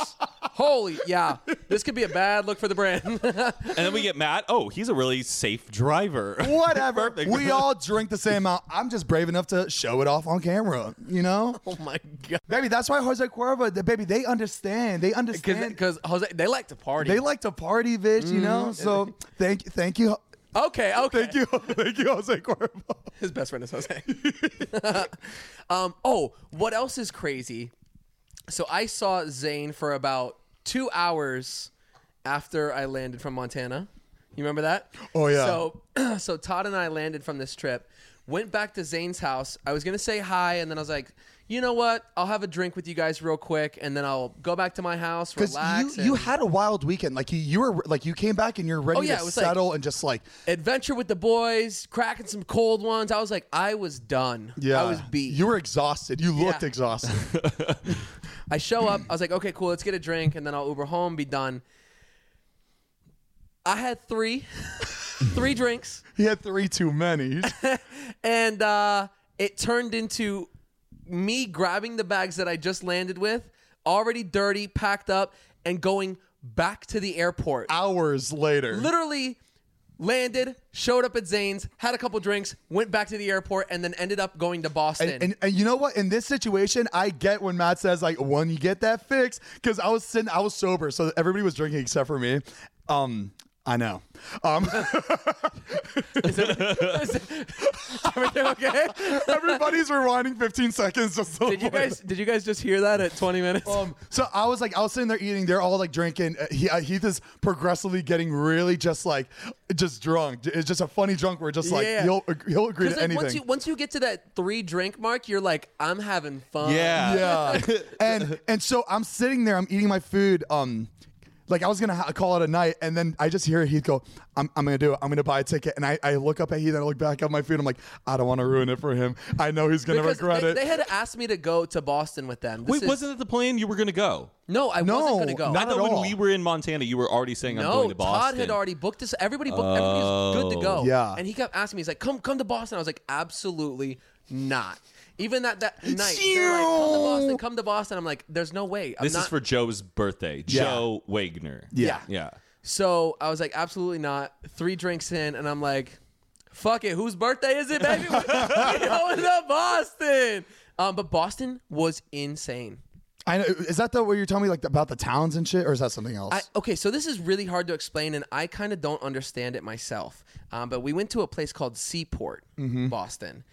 Speaker 1: Holy, yeah. This could be a bad look for the brand. [laughs]
Speaker 5: And then we get Matt. Oh, he's a really safe driver.
Speaker 2: [laughs]
Speaker 5: [laughs]
Speaker 2: Whatever.
Speaker 5: Perfect.
Speaker 2: we all drink the same amount. I'm just brave enough to show it off on camera.
Speaker 1: [laughs]
Speaker 2: You know,
Speaker 1: oh my god.
Speaker 2: baby. That's why Jose Cuervo. The, baby, they understand. They understand.
Speaker 1: Because Jose, they like to party.
Speaker 2: They like to party, bitch. You know.
Speaker 1: Mm-hmm.
Speaker 2: So thank thank you. [laughs]
Speaker 1: Okay, okay.
Speaker 2: Thank you, thank you, Jose Cuervo.
Speaker 1: His best friend is Jose. [laughs] um, oh, what else is crazy? So I saw Zane for about two hours after I landed from Montana. You remember that?
Speaker 2: Oh, yeah.
Speaker 1: So, [clears throat] so Todd and I landed from this trip, went back to Zane's house. I was gonna say hi, and then I was like, you know what? I'll have a drink with you guys real quick, and then I'll go back to my house,
Speaker 2: Because
Speaker 1: relax.
Speaker 2: you, you
Speaker 1: and
Speaker 2: had a wild weekend. Like you, you were like you came back and you're ready
Speaker 1: Oh, yeah, it
Speaker 2: to
Speaker 1: was like-
Speaker 2: settle and just like
Speaker 1: adventure with the boys, cracking some cold ones. I was like, I was done.
Speaker 2: yeah,
Speaker 1: I was beat.
Speaker 2: You were exhausted. You looked
Speaker 1: Yeah.
Speaker 2: exhausted. [laughs]
Speaker 1: I show up. I was like, okay, cool. Let's get a drink, and then I'll Uber home, be done. I had three, [laughs] three drinks,
Speaker 2: he had three too many.
Speaker 1: [laughs] and uh, it turned into me grabbing the bags that I just landed with, already dirty, packed up, and going back to the airport.
Speaker 2: Hours later,
Speaker 1: literally landed, showed up at Zane's, had a couple drinks, went back to the airport, and then ended up going to Boston. [laughs]
Speaker 2: And, and, and you know what? In this situation, I get when Matt says like, "When you get that fix," because I was sitting, I was sober, so everybody was drinking except for me. Um, I know. [laughs] Um,
Speaker 1: [laughs] Everything okay?
Speaker 2: [laughs] everybody's rewinding 15 seconds just. to
Speaker 1: Did you
Speaker 2: avoid
Speaker 1: guys? Did you guys just hear that at 20 minutes?
Speaker 2: [laughs] Um, so I was like, I was sitting there eating. They're all like drinking. Uh, he, uh, Heath is progressively getting really just like, just drunk. J- It's just a funny drunk. We're just like,
Speaker 1: Yeah.
Speaker 2: he'll he'll agree
Speaker 1: 'Cause,
Speaker 2: to
Speaker 1: like,
Speaker 2: anything.
Speaker 1: Once you once you get to that three drink mark, you're like, I'm having fun.
Speaker 5: Yeah.
Speaker 2: yeah. [laughs] and and so I'm sitting there. I'm eating my food. Um, like I was gonna ha- call it a night, and then I just hear Heath go, "I'm, I'm gonna do it. I'm gonna buy a ticket." And I, I look up at Heath and I look back at my food. I'm like, I don't want to ruin it for him. I know he's gonna
Speaker 1: Because
Speaker 2: regret
Speaker 1: they,
Speaker 2: it.
Speaker 1: they had asked me to go to Boston with them. This
Speaker 5: Wait,
Speaker 1: is-
Speaker 5: wasn't it the plan you were going to go?
Speaker 1: No, I wasn't
Speaker 2: No,
Speaker 1: going to go.
Speaker 2: Oh, not
Speaker 5: I
Speaker 2: at
Speaker 5: thought when
Speaker 2: all.
Speaker 5: we were in Montana, you were already saying I'm
Speaker 1: No,
Speaker 5: going to Boston. Oh.
Speaker 1: Todd had already booked this. Everybody booked. Everybody was good to go.
Speaker 2: Yeah.
Speaker 1: And he kept asking me, he's like, "Come, come to Boston." I was like, "Absolutely not." Even that that night, they're like, "Come to Boston, come to Boston." I'm like, "There's no way." I'm
Speaker 5: This
Speaker 1: not-
Speaker 5: is for Joe's birthday. Joe Wagner.
Speaker 1: Yeah.
Speaker 5: Yeah.
Speaker 1: So I was like, "Absolutely not." Three drinks in, and I'm like, "Fuck it, whose birthday is it, baby? [laughs] We're going to Boston." Um, but Boston was insane.
Speaker 2: I know. Is that the what you're telling me like about the towns and shit, or is that something else?
Speaker 1: I, okay, so this is really hard to explain, and I kind of don't understand it myself. Um, but we went to a place called Seaport, Boston,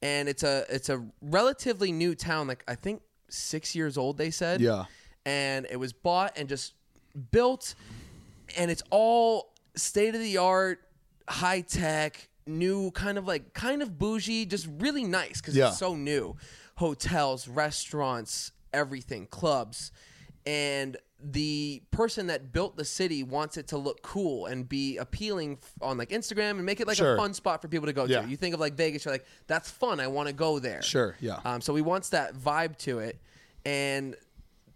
Speaker 1: and it's a it's a relatively new town, like I think six years old. They said,
Speaker 2: Yeah.
Speaker 1: and it was bought and just built, and it's all state of the art, high tech, new kind of like kind of bougie, just really nice because
Speaker 2: Yeah.
Speaker 1: it's so new. Hotels, restaurants, everything, clubs. And the person that built the city wants it to look cool and be appealing f- on like Instagram and make it like
Speaker 2: Sure.
Speaker 1: a fun spot for people to go
Speaker 2: Yeah.
Speaker 1: to. You think of like Vegas, you're like, that's fun. I want to go there.
Speaker 2: Sure, yeah.
Speaker 1: Um, so he wants that vibe to it. And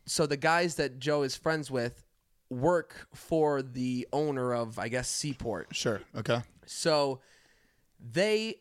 Speaker 1: so the guys that Joe is friends with work for the owner of, I guess, Seaport.
Speaker 2: sure. Okay.
Speaker 1: So they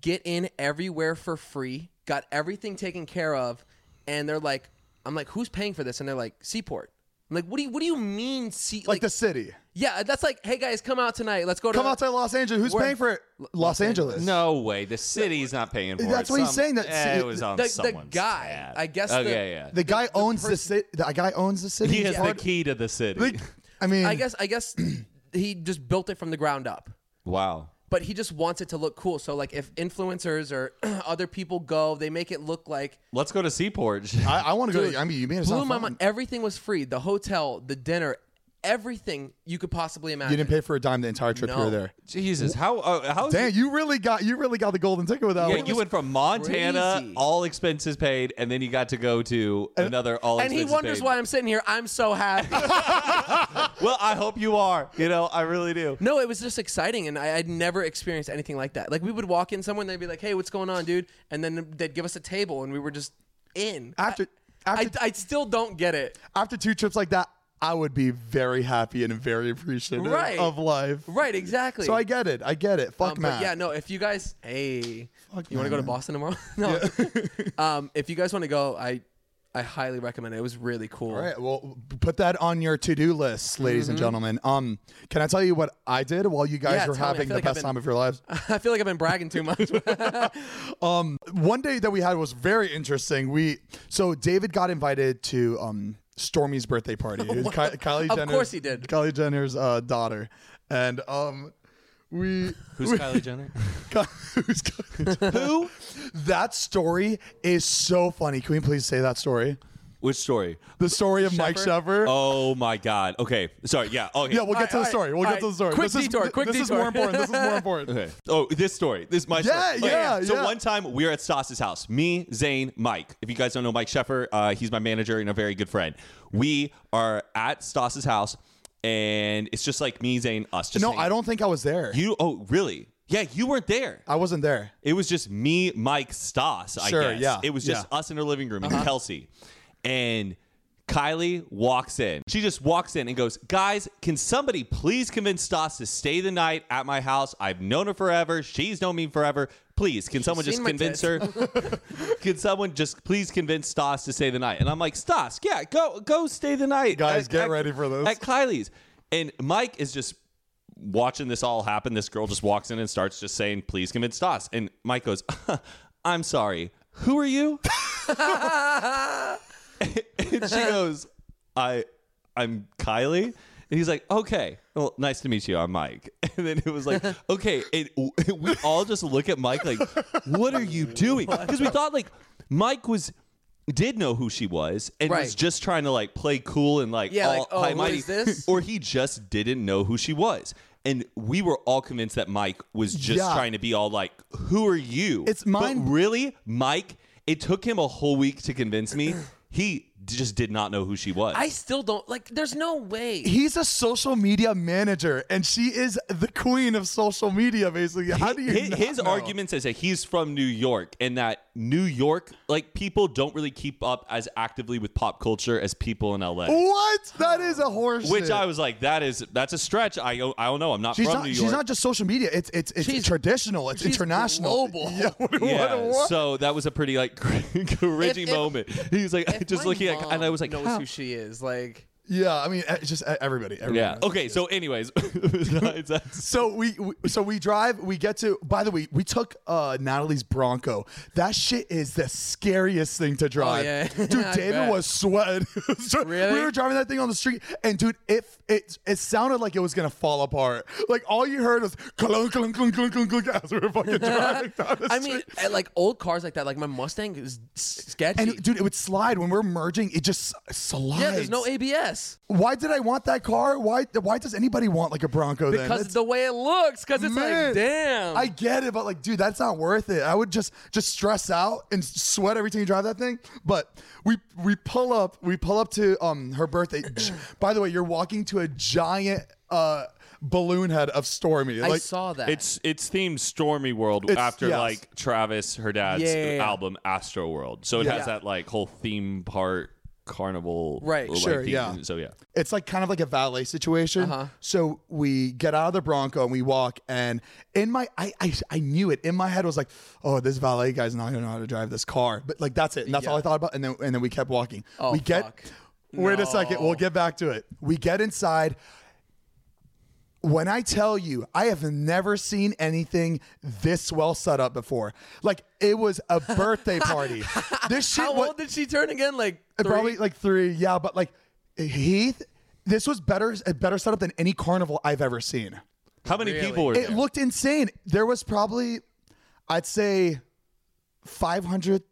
Speaker 1: get in everywhere for free, got everything taken care of, and they're like, I'm like, who's paying for this? And they're like, Seaport. I'm like, what do you what do you mean sea
Speaker 2: Like, the city.
Speaker 1: Yeah, that's like, hey guys, come out tonight. Let's go to
Speaker 2: Come out to Los Angeles. Who's
Speaker 1: Where-
Speaker 2: paying for it? L- Los Angeles.
Speaker 5: No way. The city's not paying for it.
Speaker 2: That's what he's
Speaker 5: Some-
Speaker 2: saying, that
Speaker 5: Eh,
Speaker 2: ci-
Speaker 5: it was on
Speaker 1: The- the
Speaker 5: someone's
Speaker 1: guy,
Speaker 5: tab.
Speaker 1: I guess
Speaker 5: Okay.
Speaker 1: the-
Speaker 5: yeah.
Speaker 2: The guy owns the, city. The guy owns the city.
Speaker 5: he has the
Speaker 2: Part-
Speaker 5: key to the city.
Speaker 2: Like, I mean,
Speaker 1: I guess I guess [clears throat] he just built it from the ground up.
Speaker 5: wow.
Speaker 1: But he just wants it to look cool. So like if influencers or [clears throat] other people go, they make it look like
Speaker 5: Let's go to Seaport. [laughs]
Speaker 2: I, I want to go.
Speaker 1: Dude,
Speaker 2: to, I mean, you made it
Speaker 1: blew
Speaker 2: sound
Speaker 1: my
Speaker 2: fun.
Speaker 1: mind. Everything was free. The hotel, the dinner, everything you could possibly imagine.
Speaker 2: You didn't pay for a dime the entire trip you
Speaker 1: No.
Speaker 2: were there.
Speaker 5: Jesus, how uh, how is
Speaker 2: Damn,
Speaker 5: it-
Speaker 2: you really got you really got the golden ticket with that.
Speaker 5: yeah,
Speaker 2: one.
Speaker 5: you went from Montana,
Speaker 1: crazy.
Speaker 5: all expenses paid, and then you got to go to another all.
Speaker 1: and he
Speaker 5: expenses
Speaker 1: wonders
Speaker 5: paid.
Speaker 1: why I'm sitting here. I'm so happy. [laughs]
Speaker 5: Well, I hope you are. You know, I really do.
Speaker 1: no, it was just exciting, and I, I'd never experienced anything like that. Like we would walk in somewhere, and they'd be like, "Hey, what's going on, dude?" And then they'd give us a table, and we were just in.
Speaker 2: after
Speaker 1: I,
Speaker 2: after
Speaker 1: I, I still don't get it.
Speaker 2: after two trips like that, I would be very happy and very appreciative
Speaker 1: Right.
Speaker 2: of life.
Speaker 1: Right, exactly.
Speaker 2: So I get it. I get it. Fuck
Speaker 1: Um,
Speaker 2: Matt.
Speaker 1: but yeah, no. If you guys, hey,
Speaker 2: Fuck
Speaker 1: you want to
Speaker 2: Matt,
Speaker 1: go to
Speaker 2: man.
Speaker 1: Boston tomorrow? [laughs] no. um, if you guys want to go, I, I highly recommend it. It was really cool.
Speaker 2: All right. Well, put that on your to-do list, ladies and gentlemen. Um, can I tell you what I did while you guys
Speaker 1: Mm-hmm. Yeah,
Speaker 2: were
Speaker 1: tell me. I
Speaker 2: having the
Speaker 1: feel like I've
Speaker 2: best
Speaker 1: been-
Speaker 2: time of your lives?
Speaker 1: [laughs] I feel like I've been bragging too
Speaker 2: [laughs]
Speaker 1: much.
Speaker 2: one day that we had was very interesting. We so David got invited to um Stormy's birthday party.
Speaker 1: [laughs]
Speaker 2: It was Ky- Kylie
Speaker 1: Of
Speaker 2: Jenner's,
Speaker 1: course he did.
Speaker 2: Kylie Jenner's uh, daughter, and um we
Speaker 5: Who's
Speaker 2: [laughs]
Speaker 5: Kylie Jenner?
Speaker 2: who's Kylie Jenner? that story is so funny. Can we please say that story?
Speaker 5: Which story?
Speaker 2: The story of Mike Sheffer.
Speaker 5: Oh my God. Okay. Sorry. Yeah. Okay.
Speaker 2: Yeah, we'll get to the
Speaker 1: right,
Speaker 2: story. We'll
Speaker 1: all
Speaker 2: get to
Speaker 1: right.
Speaker 2: the story.
Speaker 1: Quick
Speaker 2: this is,
Speaker 1: detour, quick
Speaker 2: this is
Speaker 1: detour.
Speaker 2: more important. This is more important.
Speaker 5: [laughs] Okay. Oh, this story. This is my
Speaker 2: Yeah,
Speaker 5: story.
Speaker 2: yeah,
Speaker 5: So
Speaker 2: yeah.
Speaker 5: one time we were at Sauce's house. Me, Zane, Mike. If you guys don't know Mike Sheffer, uh, he's my manager and a very good friend. We are at Stoss's house, and it's just like me, Zane, us. Just
Speaker 2: no,
Speaker 5: hanging.
Speaker 2: I don't think I was there.
Speaker 5: You? Oh, really? Yeah, you weren't there.
Speaker 2: I wasn't there.
Speaker 5: It was just me, Mike, Stas.
Speaker 2: Sure,
Speaker 5: I guess.
Speaker 2: yeah,
Speaker 5: It was just
Speaker 2: yeah. Uh-huh.
Speaker 5: us in her living room and Kelsey. And Kylie walks in. She just walks in and goes, Guys, can somebody please convince Stas to stay the night at my house? I've known her forever. She's known me forever. Please, can someone just
Speaker 1: seen my
Speaker 5: convince her?
Speaker 1: [laughs]
Speaker 5: [laughs] can someone just please convince Stas to stay the night? And I'm like, Stas, yeah, go go stay the night.
Speaker 2: Guys, get ready for this.
Speaker 5: At Kylie's. And Mike is just watching this all happen, this girl just walks in and starts just saying, "Please convince Stas." And Mike goes, [laughs] "I'm sorry, who are you?" [laughs] and she goes, "I, I'm Kylie." And he's like, "Okay, well, nice to meet you. I'm Mike." [laughs] And then it
Speaker 1: [laughs]
Speaker 5: was like, "Okay," and w- [laughs] we all just look at Mike like, "What are you doing?" Because we thought like Mike was. Did know who she was and was
Speaker 1: Right.
Speaker 5: just trying to like play cool and like
Speaker 1: Yeah,
Speaker 5: all
Speaker 1: like, oh,
Speaker 5: high
Speaker 1: who
Speaker 5: mighty
Speaker 1: is this?
Speaker 5: [laughs] or he just didn't know who she was. And we were all convinced that Mike was just
Speaker 2: Yeah.
Speaker 5: trying to be all like, "Who are you?"
Speaker 2: It's
Speaker 5: But
Speaker 2: mind-
Speaker 5: really, Mike. It took him a whole week to
Speaker 2: [clears throat]
Speaker 5: convince me. He d- just did not know who she was.
Speaker 1: I still don't like. There's no way.
Speaker 2: He's a social media manager, and she is the queen of social media. Basically, how do you?
Speaker 5: his,
Speaker 2: not
Speaker 5: his
Speaker 2: know?
Speaker 5: argument says that he's from New York and that New York, like people, don't really keep up as actively with pop culture as people in LA.
Speaker 2: What? That is a horseshit.
Speaker 5: Which I was like, that is that's a stretch. I don't- I don't know. I'm not
Speaker 2: She's
Speaker 5: from
Speaker 2: not.
Speaker 5: New York.
Speaker 2: She's not just social media. It's it's it's
Speaker 1: She's-
Speaker 2: traditional. It's
Speaker 1: she's
Speaker 2: international.
Speaker 1: global.
Speaker 2: [laughs] Yeah. What,
Speaker 5: Yeah,
Speaker 2: what, what?
Speaker 5: so that was a pretty like [laughs] cringy
Speaker 1: if-
Speaker 5: moment. He was like
Speaker 2: [laughs]
Speaker 1: If
Speaker 5: [laughs] just
Speaker 1: my
Speaker 5: looking at,
Speaker 1: mom
Speaker 5: and I was like,
Speaker 1: knows
Speaker 5: "Huh?"
Speaker 1: who she is. Like,
Speaker 2: yeah. I mean, it's just uh, everybody. everybody
Speaker 5: yeah. Okay, so anyways, [laughs] besides that-
Speaker 2: So we, we so we drive. We get to. By the way, we took uh, Natalie's Bronco. That shit is the scariest thing to drive,
Speaker 1: Oh, yeah. [laughs]
Speaker 2: dude.
Speaker 1: I
Speaker 2: David
Speaker 1: bet.
Speaker 2: was sweating. [laughs] So We
Speaker 1: Really?
Speaker 2: were driving that thing on the street, and dude, it it it sounded like it was gonna fall apart. Like all you heard was clunk clunk clunk clunk clunk clunk [laughs] as we were
Speaker 1: [laughs]
Speaker 2: fucking driving down the
Speaker 1: I
Speaker 2: street.
Speaker 1: mean, uh, like old cars like that. Like my Mustang is s- sketchy.
Speaker 2: And dude, it would slide when we're merging. It just slides.
Speaker 1: yeah, there's no ABS
Speaker 2: Why did I want that car? Why? Why does anybody want like a Bronco? then?
Speaker 1: because
Speaker 2: That's-
Speaker 1: the way it looks. Because it's
Speaker 2: Man,
Speaker 1: like, damn.
Speaker 2: I get it, but like, dude, that's not worth it. I would just just stress out and sweat every time you drive that thing. But we we pull up, we pull up to um her birthday. By the way, you're walking to a giant uh balloon head of Stormy.
Speaker 1: I
Speaker 2: Like,
Speaker 1: saw that.
Speaker 5: it's it's themed Stormy World after
Speaker 2: yes.
Speaker 5: like Travis her dad's
Speaker 1: Yeah, yeah, yeah.
Speaker 5: album Astro World. So it
Speaker 2: Yeah.
Speaker 5: has that like whole theme part carnival
Speaker 1: Right.
Speaker 5: like,
Speaker 2: Sure,
Speaker 5: theme.
Speaker 2: yeah.
Speaker 5: So yeah.
Speaker 2: it's like kind of like a valet situation.
Speaker 1: Uh-huh.
Speaker 2: So we get out of the Bronco and we walk. And in my, I, I, I knew it. In my head was like, oh, this valet guy's not gonna know how to drive this car. But like that's it. And that's all I thought about. And then and then we kept walking.
Speaker 1: Oh,
Speaker 2: we get.
Speaker 1: fuck.
Speaker 2: Wait a second. We'll get back to it. We get inside. When I tell you, I have never seen anything this well set up before. Like it was
Speaker 1: [laughs]
Speaker 2: a birthday party. this shit.
Speaker 1: How
Speaker 2: wa-
Speaker 1: old did she turn again? Like
Speaker 2: uh,
Speaker 1: three?
Speaker 2: Probably like three, yeah. But like Heath, this was better a better setup than any carnival I've ever seen.
Speaker 5: How many people were
Speaker 2: It
Speaker 5: there?
Speaker 2: looked insane. There was probably, I'd say, five hundred.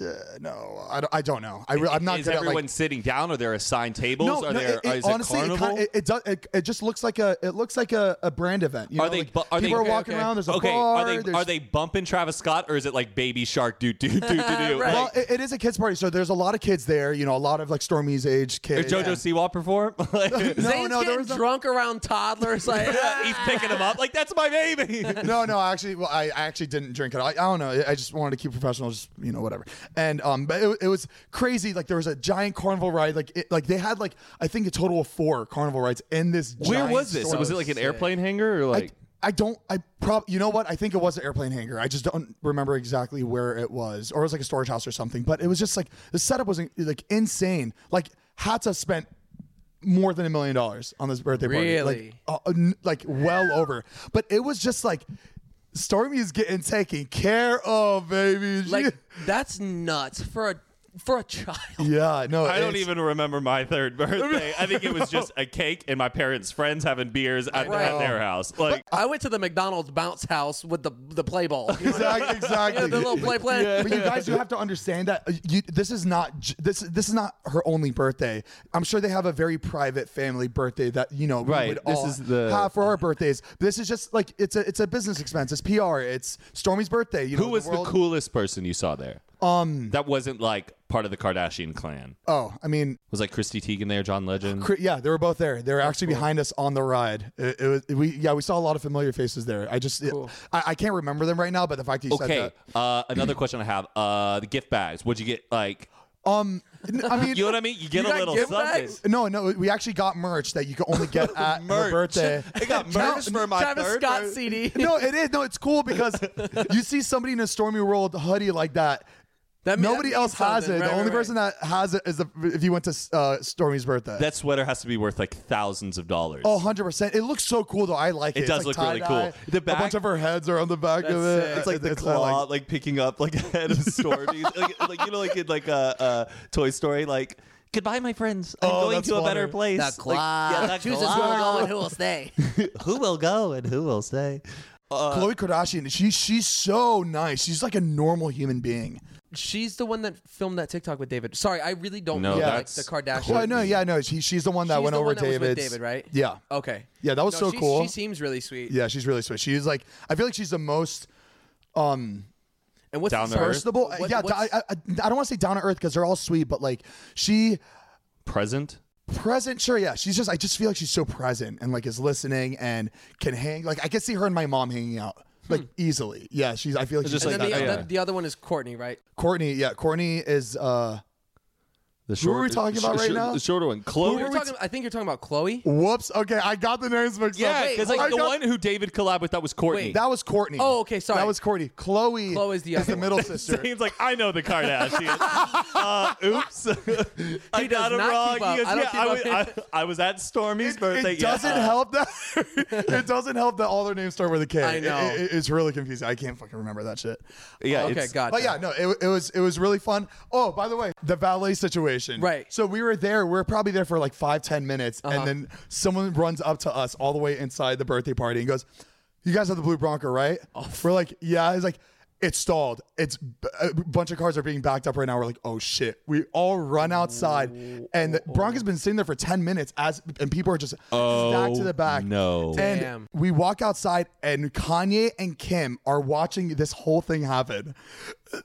Speaker 2: Uh, no, I don't, I don't know. I, re- I'm not
Speaker 5: is
Speaker 2: good at
Speaker 5: everyone
Speaker 2: like.
Speaker 5: sitting down? Are there assigned tables?
Speaker 2: No,
Speaker 5: are
Speaker 2: no,
Speaker 5: there?
Speaker 2: it, it-
Speaker 5: is
Speaker 2: honestly,
Speaker 5: it
Speaker 2: it,
Speaker 5: carnival?
Speaker 2: kind it, it, does, it, it just looks like a it looks like a, a brand event. You
Speaker 5: Are
Speaker 2: know,
Speaker 5: they
Speaker 2: like,
Speaker 5: bu- are they-
Speaker 2: people are
Speaker 5: okay,
Speaker 2: walking
Speaker 1: okay.
Speaker 2: around? There's a
Speaker 5: okay,
Speaker 2: bar.
Speaker 5: are they
Speaker 2: there's-
Speaker 5: are they bumping Travis Scott or is it like Baby Shark? Do do do do
Speaker 2: [laughs]
Speaker 5: do? do?
Speaker 1: Right.
Speaker 5: Like,
Speaker 2: Well, it, it is a kids party, so there's a lot of kids there. You know, a lot of like Stormy's age
Speaker 5: Did
Speaker 2: kids.
Speaker 5: JoJo Siwa perform? [laughs] Like,
Speaker 1: Zane's
Speaker 2: no, there
Speaker 1: getting
Speaker 2: was a-
Speaker 1: drunk around toddlers.
Speaker 2: [laughs]
Speaker 1: Like,
Speaker 5: yeah, he's picking him up like that's my baby.
Speaker 2: no, no, I actually, well, I, I actually didn't drink it. I, I don't know. I just wanted to keep professional, just you know, whatever. And um, but it, it was crazy. Like there was a giant carnival ride. Like it, like they had like I think a total of four carnival rides in this.
Speaker 5: Where
Speaker 2: giant
Speaker 5: was this?
Speaker 2: store.
Speaker 5: Was it like an airplane hangar
Speaker 2: I,
Speaker 5: or like?
Speaker 2: I don't. I prob. You know what? I think it was an airplane hangar. I just don't remember exactly where it was, or it was like a storage house or something. But it was just like the setup was like insane. Like had to spent more than a million dollars on this birthday
Speaker 1: Really?
Speaker 2: party. Like, uh, n- like well over. But it was just like Stormy is getting taken care of, baby. She-
Speaker 1: like that's nuts for a for a child.
Speaker 2: Yeah, no,
Speaker 5: I don't
Speaker 2: it's-
Speaker 5: even [laughs] remember my third birthday. I think it was just a cake and my parents' friends having beers at, at their house. Like,
Speaker 1: I went to the McDonald's bounce house with the the play ball. You know, [laughs]
Speaker 2: Exactly. exactly.
Speaker 1: the little play plan.
Speaker 2: But you guys do have to understand that uh, you, this is not j- this this is not her only birthday. I'm sure they have a very private family birthday that you know
Speaker 5: Right,
Speaker 2: we would
Speaker 5: this
Speaker 2: all
Speaker 5: is the-
Speaker 2: have for our birthdays. But this is just like it's a it's a business expense. It's PR. It's Stormy's birthday. You know,
Speaker 5: who was the
Speaker 2: world-
Speaker 5: coolest person you saw there? Um, that wasn't like part of the Kardashian clan.
Speaker 2: Oh, I mean,
Speaker 5: Was like Christy Teigen there, John Legend?
Speaker 2: cr- yeah, they were both there. They were actually behind us on the ride. It, it was we yeah we saw a lot of familiar faces there. I just I, I can't remember them right now, but the fact that you
Speaker 5: okay,
Speaker 2: said
Speaker 5: uh, another question I have: uh, the gift bags. What'd you get? Like,
Speaker 2: that, um, n- I mean.
Speaker 5: [laughs] you know what I mean? You get
Speaker 1: You
Speaker 5: a
Speaker 1: got
Speaker 5: little
Speaker 1: gift
Speaker 5: something.
Speaker 1: bags?
Speaker 2: no, no, we actually got merch that you can only
Speaker 5: [laughs]
Speaker 2: get at her birthday.
Speaker 5: I got merch for my
Speaker 1: Travis
Speaker 5: third
Speaker 1: Scott
Speaker 5: birth-
Speaker 1: CD.
Speaker 2: no, it is. No, it's cool
Speaker 5: [laughs]
Speaker 2: because you see somebody in a Stormy World hoodie like that.
Speaker 1: That mean-
Speaker 2: Nobody
Speaker 1: that
Speaker 2: else
Speaker 1: means
Speaker 2: has it.
Speaker 1: something. Right,
Speaker 2: the only
Speaker 1: right, right.
Speaker 2: person that has it is the, if you went to uh, Stormy's birthday.
Speaker 5: That sweater has to be worth like thousands of dollars.
Speaker 2: Oh, 100%. It looks so cool, though. I like it.
Speaker 5: It
Speaker 2: It's
Speaker 5: does
Speaker 2: like
Speaker 5: look really
Speaker 2: tie-dye.
Speaker 5: cool. The
Speaker 2: a
Speaker 5: back-
Speaker 2: bunch of her heads are on the back of
Speaker 1: That's
Speaker 2: it.
Speaker 1: sick.
Speaker 5: It's like the
Speaker 2: it's- I
Speaker 5: claw,
Speaker 2: like-
Speaker 5: like, picking up like [laughs] a head of Stormy, like, like you know, like in like a uh, uh, Toy Story, like goodbye, my friends. I'm
Speaker 2: Oh,
Speaker 5: going
Speaker 2: that's
Speaker 5: to a better
Speaker 2: funny.
Speaker 5: place.
Speaker 1: The
Speaker 5: Like, yeah, that
Speaker 1: Choose
Speaker 5: claw.
Speaker 1: who will go and who will stay.
Speaker 5: Who will go and who will stay? uh,
Speaker 2: Khloe Kardashian, she, she's so nice. She's like a normal human being.
Speaker 1: She's the one that filmed that TikTok with David. Sorry, I really don't
Speaker 5: No,
Speaker 1: know like
Speaker 5: that's-
Speaker 1: the Kardashians.
Speaker 2: Well, no, Oh, yeah, no. She, she's the one that
Speaker 1: She's
Speaker 2: went
Speaker 1: the
Speaker 2: over
Speaker 1: one that was with
Speaker 2: David's.
Speaker 1: David, right?
Speaker 2: Yeah.
Speaker 1: Okay.
Speaker 2: Yeah, that was
Speaker 1: No,
Speaker 2: so
Speaker 1: she's-
Speaker 2: cool.
Speaker 1: She seems really sweet.
Speaker 2: Yeah, she's really sweet. She's like, I feel like she's the most
Speaker 1: And what's
Speaker 5: Down
Speaker 1: the
Speaker 5: to earth.
Speaker 2: personable.
Speaker 1: What-
Speaker 2: yeah,
Speaker 1: what's-
Speaker 2: I, I, I don't want to say down to earth because they're all sweet, but like she
Speaker 5: Present.
Speaker 2: present sure yeah she's just i just feel like she's so present and like is listening and can hang like i can see her and my mom hanging out like easily yeah she's i feel like she's
Speaker 5: Just
Speaker 2: just
Speaker 1: And
Speaker 2: like
Speaker 1: then
Speaker 5: like
Speaker 1: the,
Speaker 5: that,
Speaker 1: the- the
Speaker 5: yeah.
Speaker 1: other one is Courtney, right?
Speaker 2: courtney yeah courtney is uh
Speaker 5: The
Speaker 2: Who are we talking about right now?
Speaker 5: The shorter one,
Speaker 1: Who
Speaker 5: Chloe.
Speaker 1: you're talking, I think you're talking about Chloe.
Speaker 2: whoops okay i got the names mixed
Speaker 5: Yeah,
Speaker 2: up
Speaker 1: Wait,
Speaker 5: because
Speaker 2: I
Speaker 5: like the
Speaker 2: got-
Speaker 5: one who David collabed with that was Courtney.
Speaker 1: Wait.
Speaker 2: that was courtney
Speaker 1: Oh, okay, sorry.
Speaker 2: that was courtney chloe
Speaker 1: Chloe's the
Speaker 2: is
Speaker 1: other
Speaker 2: the
Speaker 1: one.
Speaker 2: middle
Speaker 5: [laughs]
Speaker 2: sister
Speaker 5: Zane's like, I know the
Speaker 1: [laughs]
Speaker 5: Kardashians. uh, oops, [laughs] I
Speaker 1: He
Speaker 5: got
Speaker 1: does
Speaker 5: him
Speaker 1: not
Speaker 5: wrong.
Speaker 1: keep up.
Speaker 5: He goes,
Speaker 1: I don't
Speaker 5: yeah,
Speaker 1: keep
Speaker 5: I,
Speaker 1: up.
Speaker 5: was, I, I was at Stormy's birthday.
Speaker 2: it
Speaker 5: yeah.
Speaker 2: doesn't
Speaker 5: Uh,
Speaker 2: help that [laughs] it doesn't help that all their names start with a K.
Speaker 1: I
Speaker 2: It-
Speaker 1: know.
Speaker 2: it- it- it's really confusing. I can't fucking remember that shit.
Speaker 5: Yeah,
Speaker 1: okay,
Speaker 5: it's-
Speaker 1: gotcha.
Speaker 2: But yeah, no, it, it was it was really fun. Oh, by the way, the valet situation.
Speaker 1: Right. Uh-huh.
Speaker 2: So we were there. We were probably there for like five, ten minutes, and then someone runs up to us all the way inside the birthday party and goes, "You guys have the blue Bronco, right?"
Speaker 1: Oh.
Speaker 2: We're like, "Yeah." He's like, "It's stalled. It's a bunch of cars are being backed up right now." We're like, "Oh shit!" We all run outside, and the Bronco's been sitting there for ten minutes as and people are just stacked to the back.
Speaker 5: no.
Speaker 2: And
Speaker 1: Oh, Damn.
Speaker 2: we walk outside, and Kanye and Kim are watching this whole thing happen. [laughs]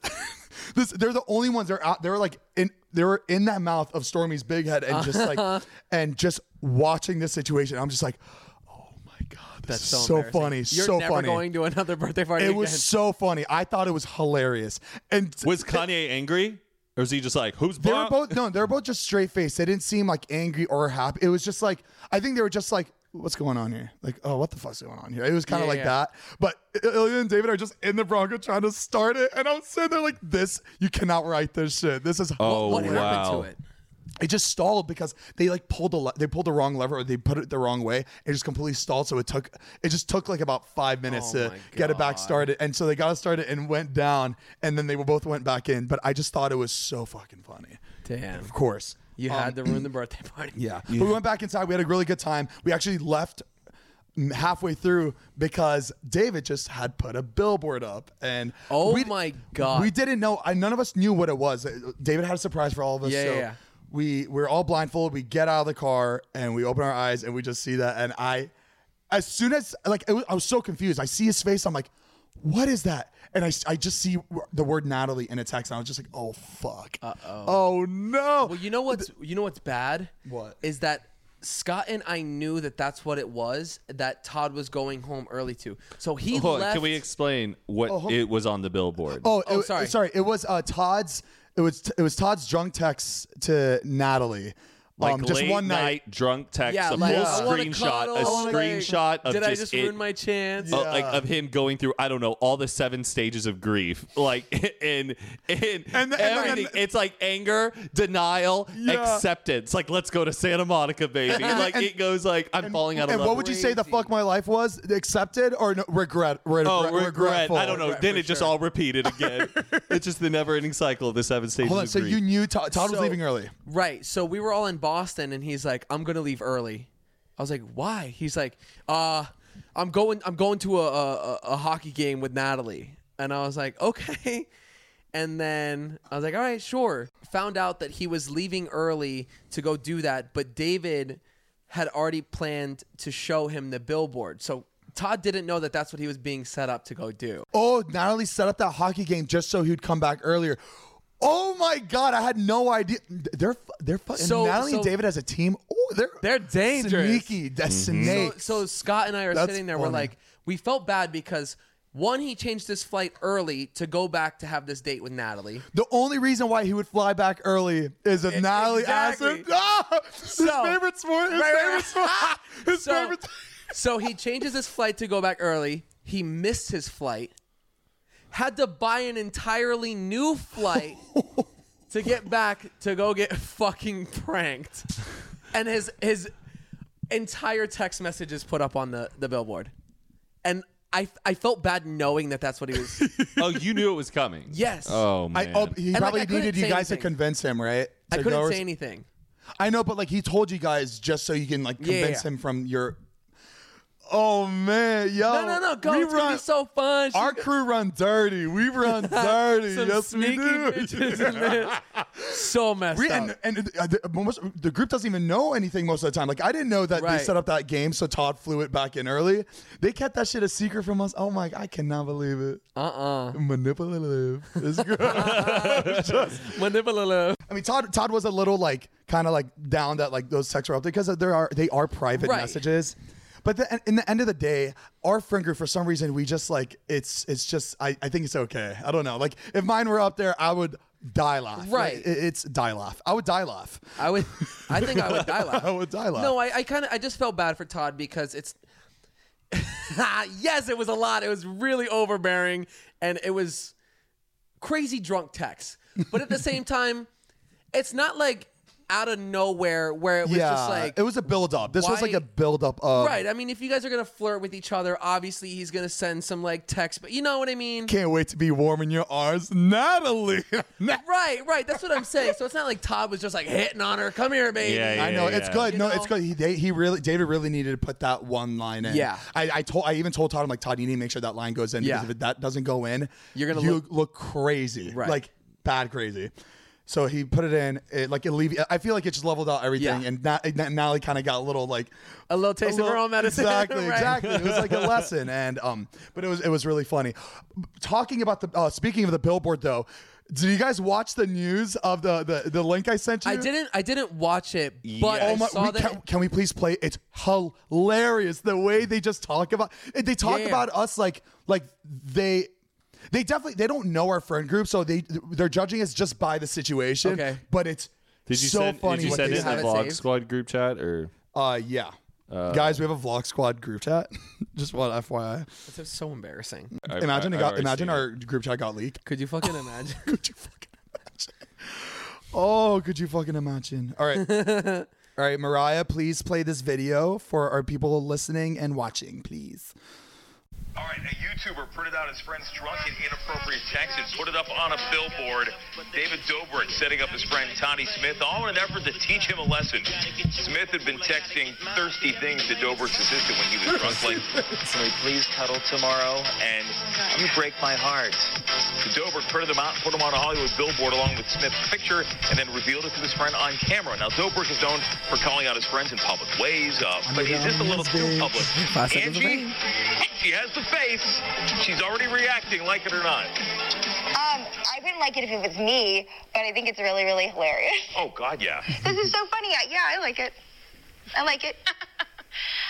Speaker 2: this, they're the only ones. They're out. They're like in. They were in that mouth of Stormy's big head, and just
Speaker 1: [laughs]
Speaker 2: like, and just watching this situation. I'm just like, oh my god, this
Speaker 1: That's
Speaker 2: is
Speaker 1: so,
Speaker 2: so,
Speaker 1: embarrassing.
Speaker 2: funny,
Speaker 1: You're
Speaker 2: so
Speaker 1: never
Speaker 2: funny.
Speaker 1: going to another birthday party.
Speaker 2: it
Speaker 1: again.
Speaker 2: was so funny. I thought it was hilarious. And
Speaker 5: [laughs] Was Kanye angry, or was he just like, "Who's
Speaker 2: they were both no, they were both just straight faced. They didn't seem like angry or happy. It was just like I think they were just like, "What's going on here?" Like, "Oh, what the fuck's going on here?" It was kind of
Speaker 1: Yeah,
Speaker 2: like
Speaker 1: yeah.
Speaker 2: that. But Ilya and David are just in the Bronco trying to start it, and I'm sitting there like, "This, you cannot write this shit. This is
Speaker 5: Oh,
Speaker 1: What
Speaker 5: wow.
Speaker 1: happened to it?
Speaker 2: it just stalled because they like pulled the le- they pulled the wrong lever or they put it the wrong way. It just completely stalled. So it took it just took like about five minutes
Speaker 1: Oh
Speaker 2: to
Speaker 1: my
Speaker 2: get it back started. And so they got it started and went down, and then they were both went back in. But I just thought it was so fucking funny.
Speaker 1: Damn.
Speaker 2: Of course.
Speaker 1: You had to ruin the birthday party.
Speaker 2: Um, Yeah. But we went back inside. We had a really good time. We actually left mm, halfway through because David just had put a billboard up and
Speaker 1: Oh
Speaker 2: we-
Speaker 1: my God.
Speaker 2: We didn't know I, none of us knew what it was. Uh, David had a surprise for all of us.
Speaker 1: Yeah,
Speaker 2: so
Speaker 1: yeah, yeah.
Speaker 2: we we're all blindfolded. We get out of the car and we open our eyes and we just see that and I as soon as like it was, I was so confused. I see his face. I'm like, what is that? And I, s- I just see the word Natalie in a text. And I was just like, oh fuck. Uh oh. Oh no.
Speaker 1: Well, you know what's you know what's bad?
Speaker 2: What?
Speaker 1: is that? Scott and I knew that that's what it was that Todd was going home early to. So he
Speaker 5: Hold on,
Speaker 1: left.
Speaker 5: can we explain what it was on the billboard?
Speaker 2: Oh,
Speaker 1: Oh,
Speaker 2: it, sorry.
Speaker 1: sorry.
Speaker 2: Sorry, it was uh, Todd's. It was it was Todd's drunk text to Natalie.
Speaker 5: Like
Speaker 2: Um, just
Speaker 5: late
Speaker 2: one night.
Speaker 5: drunk text,
Speaker 1: Yeah,
Speaker 5: a
Speaker 1: like,
Speaker 5: full
Speaker 1: I wanna
Speaker 5: screenshot,
Speaker 1: cuddle,
Speaker 5: a
Speaker 1: I
Speaker 2: Oh
Speaker 1: wanna, like,
Speaker 5: screenshot of
Speaker 1: Did
Speaker 5: just,
Speaker 1: I just
Speaker 5: it-
Speaker 1: ruin my chance?
Speaker 5: uh, like of him going through I don't know all the seven stages of grief, [laughs] like and and,
Speaker 2: And the- and
Speaker 5: everything.
Speaker 2: then-
Speaker 5: it's like anger, denial,
Speaker 2: Yeah.
Speaker 5: acceptance. Like let's go to Santa Monica, baby. like it goes like I'm falling out of
Speaker 2: And
Speaker 5: love.
Speaker 2: what would you say the fuck my life was? Accepted or no, regret? re-
Speaker 5: Oh,
Speaker 2: regret-
Speaker 5: regret.
Speaker 2: regretful.
Speaker 5: I don't know. then it just all
Speaker 2: [laughs]
Speaker 5: repeated again. it's just the never-ending cycle of the seven stages
Speaker 2: Hold on.
Speaker 5: of
Speaker 2: So
Speaker 5: grief.
Speaker 2: you knew Todd, Todd was
Speaker 1: So-
Speaker 2: leaving early.
Speaker 1: Right. So we were all in Boston, and he's like, "I'm gonna leave early." I was like, "Why?" He's like, "Uh, I'm going. I'm going to a a, a- a hockey game with Natalie." And I was like, [laughs] "Okay." And then I was like, "All right, sure." Found out that he was leaving early to go do that, but David had already planned to show him the billboard. So Todd didn't know that that's what he was being set up to go do.
Speaker 2: Oh, Natalie set up that hockey game just so he'd come back earlier. Oh my God, I had no idea. They're fu- they're fucking
Speaker 1: So-
Speaker 2: Natalie and
Speaker 1: so-
Speaker 2: David as a team. Oh, they're
Speaker 1: They're dangerous.
Speaker 5: Mm-hmm.
Speaker 2: Sneaky, that's snakes.
Speaker 1: So, so Scott and I are
Speaker 2: That's
Speaker 1: sitting there. We're
Speaker 2: funny.
Speaker 1: like, we felt bad because one, he changed his flight early to go back to have this date with Natalie.
Speaker 2: the only reason why he would fly back early is if Natalie asked him.
Speaker 1: E-, exactly.
Speaker 2: [laughs] Ah, his
Speaker 1: So-
Speaker 2: favorite sport. His
Speaker 1: Right, right,
Speaker 2: favorite
Speaker 1: right. [laughs]
Speaker 2: sport. His
Speaker 1: So-
Speaker 2: favorite.
Speaker 1: so he changes his flight to go back early. He missed his flight. Had to buy an entirely new
Speaker 2: [laughs]
Speaker 1: flight to get back to go get fucking pranked. And his his entire text message is put up on the, the billboard. And I, I felt bad knowing that that's what he
Speaker 2: [laughs]
Speaker 1: was.
Speaker 5: [laughs] oh, you knew it was coming.
Speaker 1: Yes.
Speaker 5: Oh
Speaker 2: I,
Speaker 5: man.
Speaker 2: oh, he
Speaker 1: like,
Speaker 2: probably
Speaker 1: I couldn't
Speaker 2: needed you
Speaker 1: say
Speaker 2: guys to
Speaker 1: anything.
Speaker 2: convince him, right?
Speaker 1: I
Speaker 2: To
Speaker 1: couldn't
Speaker 2: go-
Speaker 1: say anything.
Speaker 2: I know, but like he told you guys just so you can like
Speaker 1: Yeah,
Speaker 2: convince
Speaker 1: yeah.
Speaker 2: him from your. Oh man, yo!
Speaker 1: No, no, no, go.
Speaker 2: we
Speaker 1: It's gonna
Speaker 2: run-
Speaker 1: be so fun.
Speaker 2: Our crew run dirty. We run
Speaker 1: [laughs]
Speaker 2: dirty.
Speaker 1: Some
Speaker 2: yes, we
Speaker 1: sneaky
Speaker 2: do. [laughs]
Speaker 1: bitches in there. So messed
Speaker 2: We-
Speaker 1: up.
Speaker 2: and and uh, the, most, the group doesn't even know anything most of the time. Like I didn't know that
Speaker 1: Right.
Speaker 2: they set up that game, so Todd flew it back in early. They kept that shit a secret from us. Oh my! I cannot believe it.
Speaker 1: uh-uh.
Speaker 2: Manipulative. It's [laughs] good. Just-
Speaker 1: Manipulative.
Speaker 2: I mean, Todd. Todd was a little like kind of like down that like those texts were up because there are they are private
Speaker 1: Right.
Speaker 2: messages. But the, in the end of the day, our friend group, for some reason, we just like it's it's just I, I think it's okay. I don't know. Like if mine were up there, I would die laugh.
Speaker 1: Right.
Speaker 2: It- it's die laugh. I would die laugh.
Speaker 1: I would. I think I would die laugh.
Speaker 2: [laughs] I would die laugh.
Speaker 1: No, I, I kind of. I just felt bad for Todd because it's. [laughs] yes, it was a lot. It was really overbearing, and it was crazy drunk text. But at the
Speaker 2: [laughs]
Speaker 1: same time, it's not like out of nowhere where it was
Speaker 2: yeah.
Speaker 1: just like
Speaker 2: it was a build up. This was
Speaker 1: why-
Speaker 2: like a build up of
Speaker 1: Right. I mean, if you guys are gonna flirt with each other, obviously he's gonna send some like text, but you know what I mean.
Speaker 2: Can't wait to be warm in your arms, Natalie. [laughs]
Speaker 1: Right. Right. That's what I'm saying. So it's not like Todd was just like hitting on her. Come here, baby.
Speaker 5: Yeah, yeah.
Speaker 2: I know it's good.
Speaker 1: You
Speaker 2: no,
Speaker 1: know?
Speaker 2: it's good. He, they, he really David really needed to put that one line in.
Speaker 1: Yeah.
Speaker 2: I, I told I even told Todd I'm like Todd, you need to make sure that line goes in
Speaker 1: Yeah.
Speaker 2: because if it, that doesn't go in,
Speaker 1: You're gonna
Speaker 2: you
Speaker 1: look-
Speaker 2: look, crazy,
Speaker 1: Right.
Speaker 2: like bad crazy. So he put it in, it, like it leave. I feel like it just leveled out everything,
Speaker 1: Yeah.
Speaker 2: and Na- Na- Natalie kind of got a little like
Speaker 1: A little taste of her
Speaker 2: little-
Speaker 1: own medicine.
Speaker 2: Exactly,
Speaker 1: [laughs] Right.
Speaker 2: exactly. It was like a lesson, and um, but it was it was really funny. Talking about the uh, speaking of the billboard though, did you guys watch the news of the the, the link I sent you?
Speaker 1: I didn't. I didn't watch it, but I
Speaker 2: Oh my!
Speaker 1: saw
Speaker 2: we
Speaker 1: that.
Speaker 2: can, can we please play? It's hilarious the way they just talk about. eh, They talk
Speaker 1: Yeah.
Speaker 2: about us like like they. They definitely they don't know our friend group, so they they're judging us just by the situation.
Speaker 1: Okay.
Speaker 2: but it's
Speaker 5: Did you
Speaker 2: so
Speaker 5: send,
Speaker 2: funny.
Speaker 5: Did you
Speaker 2: what
Speaker 5: send
Speaker 2: they
Speaker 5: it in the
Speaker 1: have
Speaker 2: say.
Speaker 1: it
Speaker 5: Vlog
Speaker 1: saved?
Speaker 5: Squad group chat or?
Speaker 2: Uh, yeah, guys, we have a vlog squad group chat. [laughs] just one FYI.
Speaker 1: That's so embarrassing.
Speaker 5: I-
Speaker 2: Imagine
Speaker 5: I-
Speaker 2: it
Speaker 5: I've
Speaker 2: got
Speaker 5: already
Speaker 2: imagine
Speaker 5: seen it.
Speaker 2: our group chat got leaked.
Speaker 1: Could you fucking imagine?
Speaker 2: [laughs] Could you fucking imagine? Oh, could you fucking imagine? All right. All
Speaker 1: [laughs]
Speaker 2: right, Mariah, please play this video for our people listening and watching, please.
Speaker 8: All right, a YouTuber printed out his friend's drunk and inappropriate text and put it up on a billboard. David Dobrik setting up his friend Tony Smith, all in an effort to teach him a lesson. Smith had been texting thirsty things to Dobrik's assistant when he was drunk, like, "Can we please cuddle tomorrow?" and "I'm gonna break my heart." Dobrik printed them out and put them on a Hollywood billboard along with Smith's picture, and then revealed it to his friend on camera. Now Dobrik is known for calling out his friends in public ways, uh, but is this a little too public?
Speaker 1: Five seconds of
Speaker 8: Angie, she has the face. She's already reacting, like it or not.
Speaker 9: Um, I wouldn't like it if it was me, but I think it's really, really hilarious.
Speaker 8: [laughs] Oh God, yeah.
Speaker 9: This is so funny. I, yeah, I like it. I like it.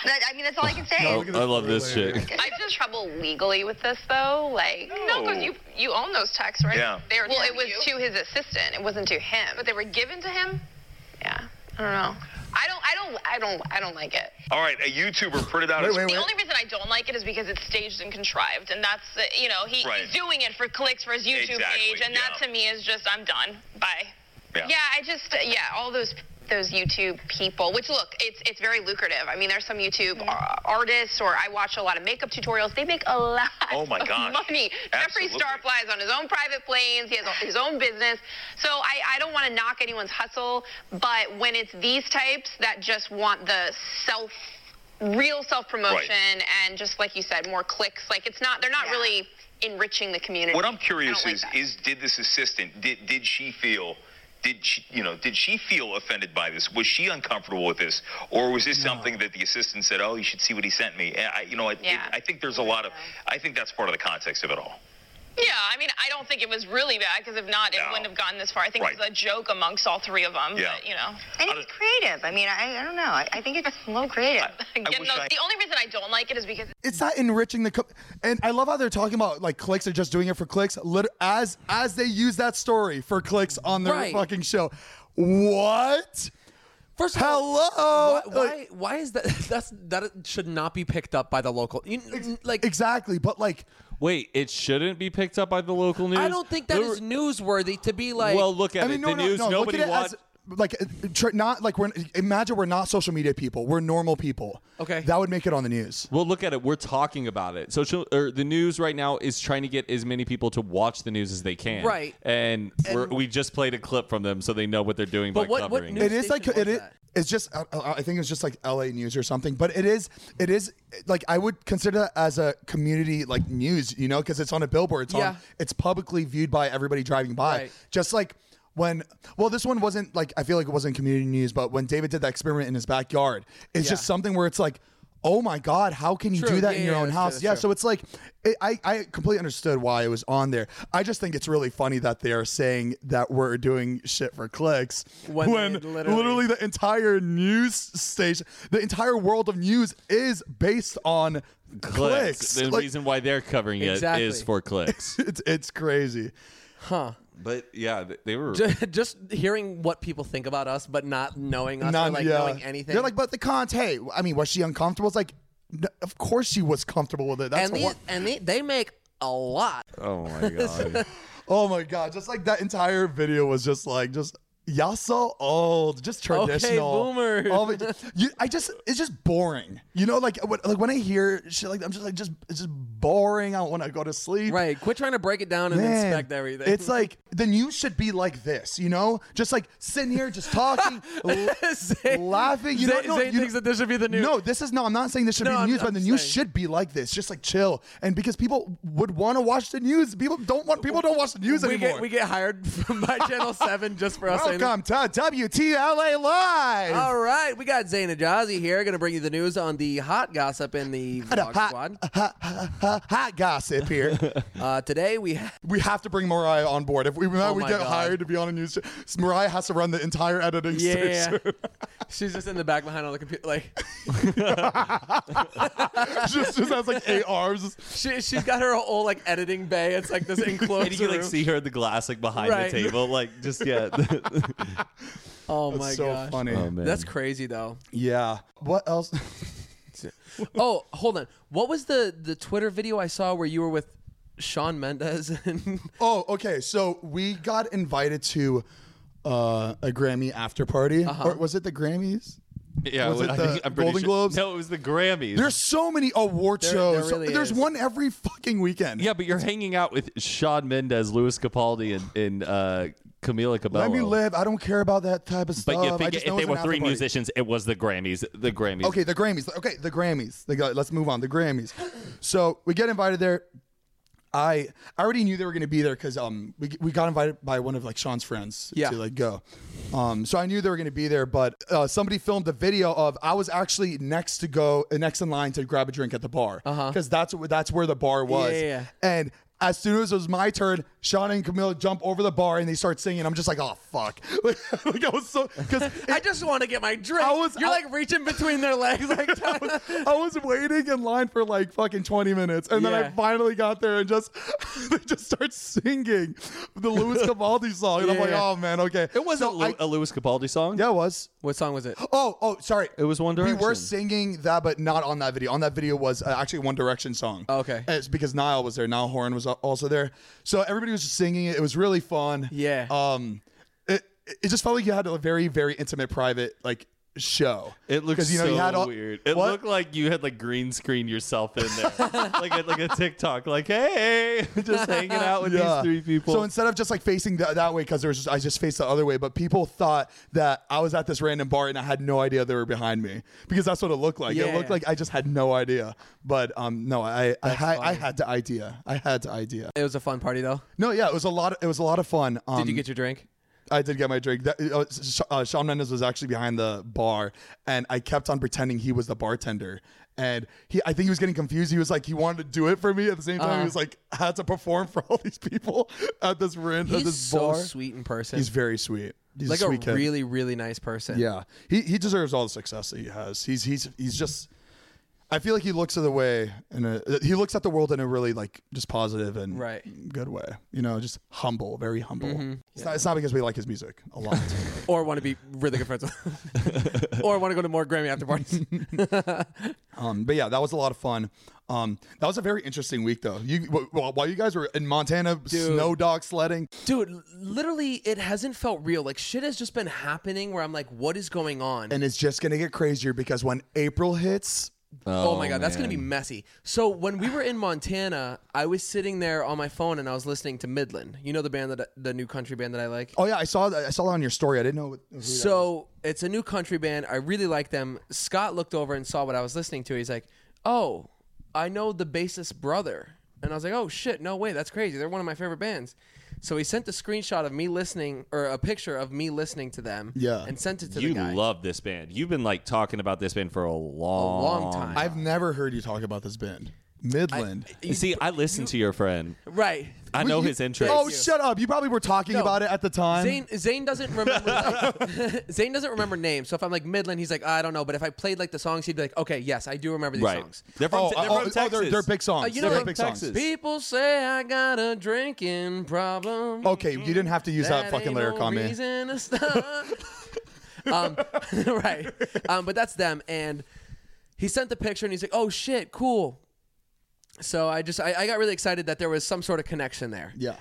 Speaker 9: that, I mean, that's all I can say.
Speaker 5: Oh, I love this shit.
Speaker 9: I've just trouble legally with this though. Like,
Speaker 8: No, 'cause you-
Speaker 9: you own those texts, right?
Speaker 8: Yeah.
Speaker 9: well, it was to his assistant. It wasn't to him. But they were given to him. Yeah. I don't know. I don't. I don't. I don't. I don't like it.
Speaker 8: All right, a YouTuber printed out. his-
Speaker 9: the only reason I don't like it is because it's staged and contrived, and that's uh, you know he,
Speaker 8: Right.
Speaker 9: he's doing it for clicks for his YouTube
Speaker 8: Exactly,
Speaker 9: page, and that
Speaker 8: yeah.
Speaker 9: to me is just I'm done. Bye.
Speaker 8: Yeah.
Speaker 9: I just uh, yeah all those those YouTube people. Which look, it's it's very lucrative. I mean, there's some
Speaker 8: Mm.
Speaker 9: YouTube ar- artists, or I watch a lot of makeup tutorials. They make a lot.
Speaker 8: Oh my
Speaker 9: of
Speaker 8: gosh.
Speaker 9: Money. Jeffree
Speaker 8: Absolutely.
Speaker 9: Star flies on his own private planes. He has his own business. So I, I don't want to knock anyone's hustle, but when it's these types that just want the self real self promotion and just like you said more clicks like it's not they're not really enriching the community
Speaker 8: What I'm
Speaker 9: I
Speaker 8: curious
Speaker 9: don't like
Speaker 8: is
Speaker 9: that.
Speaker 8: is did this assistant did did she feel did she you know did she feel offended by this? Was she uncomfortable with this, or was this something that the assistant said, "Oh, you should see what he sent me"? And I, you know, I,
Speaker 9: Yeah.
Speaker 8: I think there's a lot of I think that's part of the context of it all.
Speaker 9: Yeah, I mean, I don't think it was really bad because if not, it wouldn't have gotten this far. I think it was a joke amongst all three of them.
Speaker 8: Yeah.
Speaker 9: But, you know,
Speaker 10: And it's creative. I mean, I, I don't know. I, I think it's a little creative.
Speaker 9: Again, no, the only reason I don't like it is because
Speaker 2: It's not enriching the, co- and I love how they're talking about like clicks are just doing it for clicks. Lit- as as they use that story for clicks on their
Speaker 1: Right.
Speaker 2: fucking show, what?
Speaker 1: First
Speaker 2: of hello.
Speaker 1: Why, why, why is that? [laughs] That's that should not be picked up by the local. You, like
Speaker 2: exactly, but like,
Speaker 5: [laughs] Wait, it shouldn't be picked up by the local news.
Speaker 1: I don't think that
Speaker 5: There-
Speaker 1: is newsworthy to be like.
Speaker 5: Well, look at it. The news
Speaker 2: look
Speaker 5: nobody
Speaker 2: at it
Speaker 5: watched.
Speaker 2: as, like uh, tr- not like we're imagine we're not social media people. We're normal people.
Speaker 5: Okay.
Speaker 2: That would make it on the news.
Speaker 5: Well, look at it. We're talking about it. Social or the news right now is trying to get as many people to watch the news as they can.
Speaker 2: Right.
Speaker 5: And, we're,
Speaker 2: And-
Speaker 5: we just played a clip from them, so they know what they're doing by covering.
Speaker 2: it is like it is. It's just I- I I think it's just like L.A. news or something, but it is it is like I would consider that as a community like news, you know, because it's on a billboard, it's
Speaker 1: Yeah.
Speaker 2: on, it's publicly viewed by everybody driving by.
Speaker 1: Right.
Speaker 2: Just like when well, this one wasn't like I feel like it wasn't community news, but when David did that experiment in his backyard, it's
Speaker 1: Yeah.
Speaker 2: just something where it's like, oh my god, how can you
Speaker 1: True.
Speaker 2: do that
Speaker 1: Yeah,
Speaker 2: in your
Speaker 1: yeah,
Speaker 2: own
Speaker 1: that's true,
Speaker 2: house?
Speaker 1: that's
Speaker 2: Yeah,
Speaker 1: true.
Speaker 2: so it's like it, I I completely understood why it was on there. I just think it's really funny that they are saying that we're doing shit for clicks
Speaker 1: When
Speaker 2: when,
Speaker 1: they literally-
Speaker 2: literally. the entire news station, the entire world of news is based on clicks.
Speaker 5: The
Speaker 2: Like,
Speaker 5: reason why they're covering it is
Speaker 2: Exactly.
Speaker 5: for
Speaker 2: [laughs]
Speaker 5: clicks.
Speaker 2: it's, it's crazy.
Speaker 1: Huh.
Speaker 5: But yeah, th- they were.
Speaker 1: [laughs] Ju- just hearing what people think about us, but not knowing us, or
Speaker 2: Not-
Speaker 1: like
Speaker 2: yeah.
Speaker 1: knowing anything.
Speaker 2: They're like, but the Conte. I mean, was she uncomfortable? It's like, no, of course she was comfortable with it. That's
Speaker 1: and these,
Speaker 2: what.
Speaker 1: and they, they make a lot.
Speaker 5: Oh [laughs] my god.
Speaker 2: oh my god! Just like that entire video was just like just. Y'all so old, just
Speaker 1: Okay,
Speaker 2: traditional.
Speaker 1: boomers.
Speaker 2: All
Speaker 1: [laughs]
Speaker 2: the- you, I just, it's just boring. You know, like, what, like when I hear shit like, that, I'm just like, just, it's just boring. I want to go to sleep.
Speaker 1: Right. Quit trying to break it down and
Speaker 2: Man,
Speaker 1: inspect everything.
Speaker 2: It's like the news should be like this, you know, just like sitting here,
Speaker 1: [laughs]
Speaker 2: just talking, l- laughing. You
Speaker 1: Zane-
Speaker 2: know, no,
Speaker 1: Zane
Speaker 2: you
Speaker 1: thinks that this should be the news.
Speaker 2: No, this is no. I'm not saying this should
Speaker 1: No,
Speaker 2: be the
Speaker 1: I'm-
Speaker 2: news, but
Speaker 1: I'm
Speaker 2: the
Speaker 1: just
Speaker 2: news
Speaker 1: saying.
Speaker 2: should be like this, just like chill, and because people would want to watch the news. People don't want. People don't watch the news
Speaker 1: we
Speaker 2: anymore.
Speaker 1: get we get hired [laughs] from by Channel Seven just for us. saying-
Speaker 2: Welcome to WTLA Live.
Speaker 1: All right, we got Zayn and Jazzy here. Going to bring you the news on the hot gossip in the Vlog Squad.
Speaker 2: [laughs] [laughs] Hot gossip here. [laughs]
Speaker 1: uh, today we [laughs]
Speaker 2: we have to bring Mariah on board. If we,
Speaker 1: Oh
Speaker 2: we
Speaker 1: my
Speaker 2: get
Speaker 1: God.
Speaker 2: hired to be on a news, Mariah has to run the entire editing.
Speaker 1: Yeah.
Speaker 2: [laughs] station.
Speaker 1: [laughs] She's just in the back behind on the computer, like [laughs]
Speaker 2: just, just has like eight arms.
Speaker 1: She she's got her whole like editing bay. It's like this enclosed
Speaker 5: and you can like
Speaker 1: room.
Speaker 5: see her in the glass, like behind
Speaker 1: Right.
Speaker 5: the table, like just [laughs] yeah.
Speaker 1: oh [laughs]
Speaker 2: That's
Speaker 1: my
Speaker 2: so
Speaker 1: gosh,
Speaker 2: funny. [laughs]
Speaker 5: Um,
Speaker 2: Oh, man.
Speaker 1: that's crazy though.
Speaker 2: Yeah. What else? [laughs]
Speaker 1: oh, hold on. What was the the Twitter video I saw where you were with Sean Mendez? And
Speaker 2: oh, okay. So we got invited to uh, a Grammy after party,
Speaker 1: Uh-huh.
Speaker 2: or was it the Grammys?
Speaker 5: yeah,
Speaker 2: Was it
Speaker 5: I
Speaker 2: the
Speaker 5: think- I'm pretty
Speaker 2: Golden
Speaker 5: sure-
Speaker 2: Globes?
Speaker 5: No, it was the Grammys.
Speaker 2: There's so many award
Speaker 5: There- there
Speaker 2: shows. So-
Speaker 5: really
Speaker 2: There's
Speaker 5: is.
Speaker 2: one every fucking weekend.
Speaker 5: yeah, but you're hanging out with Sean Mendez, Louis Capaldi, and, and uh, Camila Cabello.
Speaker 2: Let me live. I don't care about that type of stuff.
Speaker 5: But you
Speaker 2: I
Speaker 5: think
Speaker 2: just
Speaker 5: if
Speaker 2: know
Speaker 5: they
Speaker 2: it's an
Speaker 5: were
Speaker 2: after
Speaker 5: three
Speaker 2: party.
Speaker 5: musicians, it was the Grammys. The Grammys.
Speaker 2: Okay, the Grammys. Okay, the Grammys. They got, let's move on.
Speaker 1: [gasps]
Speaker 2: The Grammys. So we get invited there. I I already knew they were going to be there because um we, we got invited by one of like Sean's friends
Speaker 1: Yeah.
Speaker 2: to like go, um so I knew they were going to be there. But uh, somebody filmed a video of I was actually next to go uh, next in line to grab a drink at the bar because
Speaker 1: Uh-huh.
Speaker 2: that's wh- that's where the bar was.
Speaker 1: Yeah, yeah,
Speaker 2: And as soon as it was my turn, Sean and Camille jump over the bar and they start singing. I'm just like, oh fuck, [laughs] like I was so because
Speaker 1: [laughs] [laughs] I just want to get my drink. You're like reaching between their legs, like [laughs]
Speaker 2: I was, [laughs] I was waiting in line for like fucking 20 minutes, and then
Speaker 1: Yeah.
Speaker 2: I finally got there and just [laughs] they just start
Speaker 5: [laughs]
Speaker 2: singing the Louis Capaldi song, and I'm
Speaker 5: Yeah,
Speaker 2: like,
Speaker 5: yeah.
Speaker 2: oh man, okay.
Speaker 5: It wasn't Lu- a Louis Capaldi song.
Speaker 2: Yeah, it was.
Speaker 1: What song was it?
Speaker 2: Oh, oh, sorry.
Speaker 5: It was One
Speaker 2: We were singing that, but not on that video. On that video was uh, actually a One Direction song.
Speaker 5: Oh,
Speaker 1: Okay.
Speaker 2: And it's because Niall was there. Niall Horan was al- also there. So everybody was just singing it. It was really fun.
Speaker 1: Yeah.
Speaker 2: Um, it, it just felt like you had a very, very intimate, private, like, show.
Speaker 5: It looks
Speaker 2: 'Cause, you know,
Speaker 5: so
Speaker 2: you had all-
Speaker 5: weird. It
Speaker 2: What?
Speaker 5: looked like you had like green screen yourself in
Speaker 2: [laughs]
Speaker 5: there, like a, like a TikTok, like hey, [laughs] just hanging out with
Speaker 2: Yeah.
Speaker 5: these three people.
Speaker 2: So instead of just like facing th- that way, because there was just, I just faced the other way, but people thought that I was at this random bar and I had no idea they were behind me because that's what it looked like. It looked
Speaker 1: Yeah.
Speaker 2: like I just had no idea. But um, no, I I, I I had the idea. I had the idea.
Speaker 1: It was a fun party though.
Speaker 2: No, yeah, it was a lot. It was a lot of fun. Um,
Speaker 1: Did you get your drink?
Speaker 2: I did get my drink. That, uh, Sh- uh, Sean Mendes was actually behind the bar, and I kept on pretending he was the bartender. And he, I think he was getting confused. He was like, he wanted to do it for me. At the same time,
Speaker 1: Uh-huh.
Speaker 2: he was like, I had to perform for all these people [laughs] at this rent at
Speaker 1: He's
Speaker 2: this
Speaker 1: so
Speaker 2: bar.
Speaker 1: sweet in person.
Speaker 2: He's very sweet. He's
Speaker 1: like
Speaker 2: a
Speaker 1: a,
Speaker 2: sweet kid.
Speaker 1: really really nice person.
Speaker 2: Yeah, he he deserves all the success that he has. He's he's he's just. I feel like he looks at the way in a uh, he looks at the world in a really like just positive and
Speaker 1: Right.
Speaker 2: good way. You know, just humble, very humble.
Speaker 1: Mhm.
Speaker 2: It's, not, it's not because we like his music a lot.
Speaker 1: [laughs] Or want to be really good friends with. [laughs] or want to go to more Grammy after parties.
Speaker 2: um, but yeah, that was a lot of fun. Um, that was a very interesting week though. You wh- wh- while you guys were in Montana, snow dog sledding.
Speaker 1: Dude, literally it hasn't felt real. Like shit has just been happening where I'm like what is going on?
Speaker 2: And it's just gonna get crazier because when April hits,
Speaker 1: Oh, my god, that's gonna be messy. So when we were in Montana, I was sitting there on my phone and I was listening to Midland. You know the band that the new country band that I like.
Speaker 2: Oh yeah, I saw that. I saw that on your story. I didn't know. What, who that was.
Speaker 1: So it's a new country band. I really like them. Scott looked over and saw what I was listening to. He's like, "Oh, I know the bassist brother," and I was like, "Oh shit, no way, that's crazy. They're one of my favorite bands." So he sent a screenshot of me listening, or a picture of me listening to them.
Speaker 5: Yeah.
Speaker 1: and sent it to
Speaker 5: you
Speaker 1: the guy.
Speaker 5: love this band. You've been like talking about this band for a long,
Speaker 1: long time.
Speaker 2: I've never heard you talk about this band, Midland.
Speaker 5: You see, I listen to your friend.
Speaker 1: right.
Speaker 5: I
Speaker 2: Well,
Speaker 5: know
Speaker 2: you-
Speaker 5: his interest.
Speaker 2: Oh, shut up! You probably were talking about it at the time.
Speaker 1: Zane Zane doesn't remember
Speaker 2: [laughs]
Speaker 1: like, Zane doesn't remember [laughs] names. So if I'm like Midland, he's like, I don't know. But if I played like the songs, he'd be like, Okay, yes, I do remember these
Speaker 5: Right.
Speaker 1: songs.
Speaker 5: They're from-
Speaker 2: Oh, they're oh, from oh, they're-
Speaker 5: Texas.
Speaker 2: they're big songs.
Speaker 1: Uh, you know,
Speaker 2: They're
Speaker 1: like,
Speaker 2: big songs.
Speaker 1: People say I got a drinking problem.
Speaker 2: Okay, you didn't have to use that, Oh, fucking
Speaker 1: ain't
Speaker 2: lyric
Speaker 1: no
Speaker 2: on me.
Speaker 1: reason to
Speaker 2: [laughs]
Speaker 1: stop. um, [laughs] right. Um, but that's them. And he sent the picture and he's like, oh shit, cool. So I just, I, I got really excited that there was some sort of connection there.
Speaker 2: Yeah.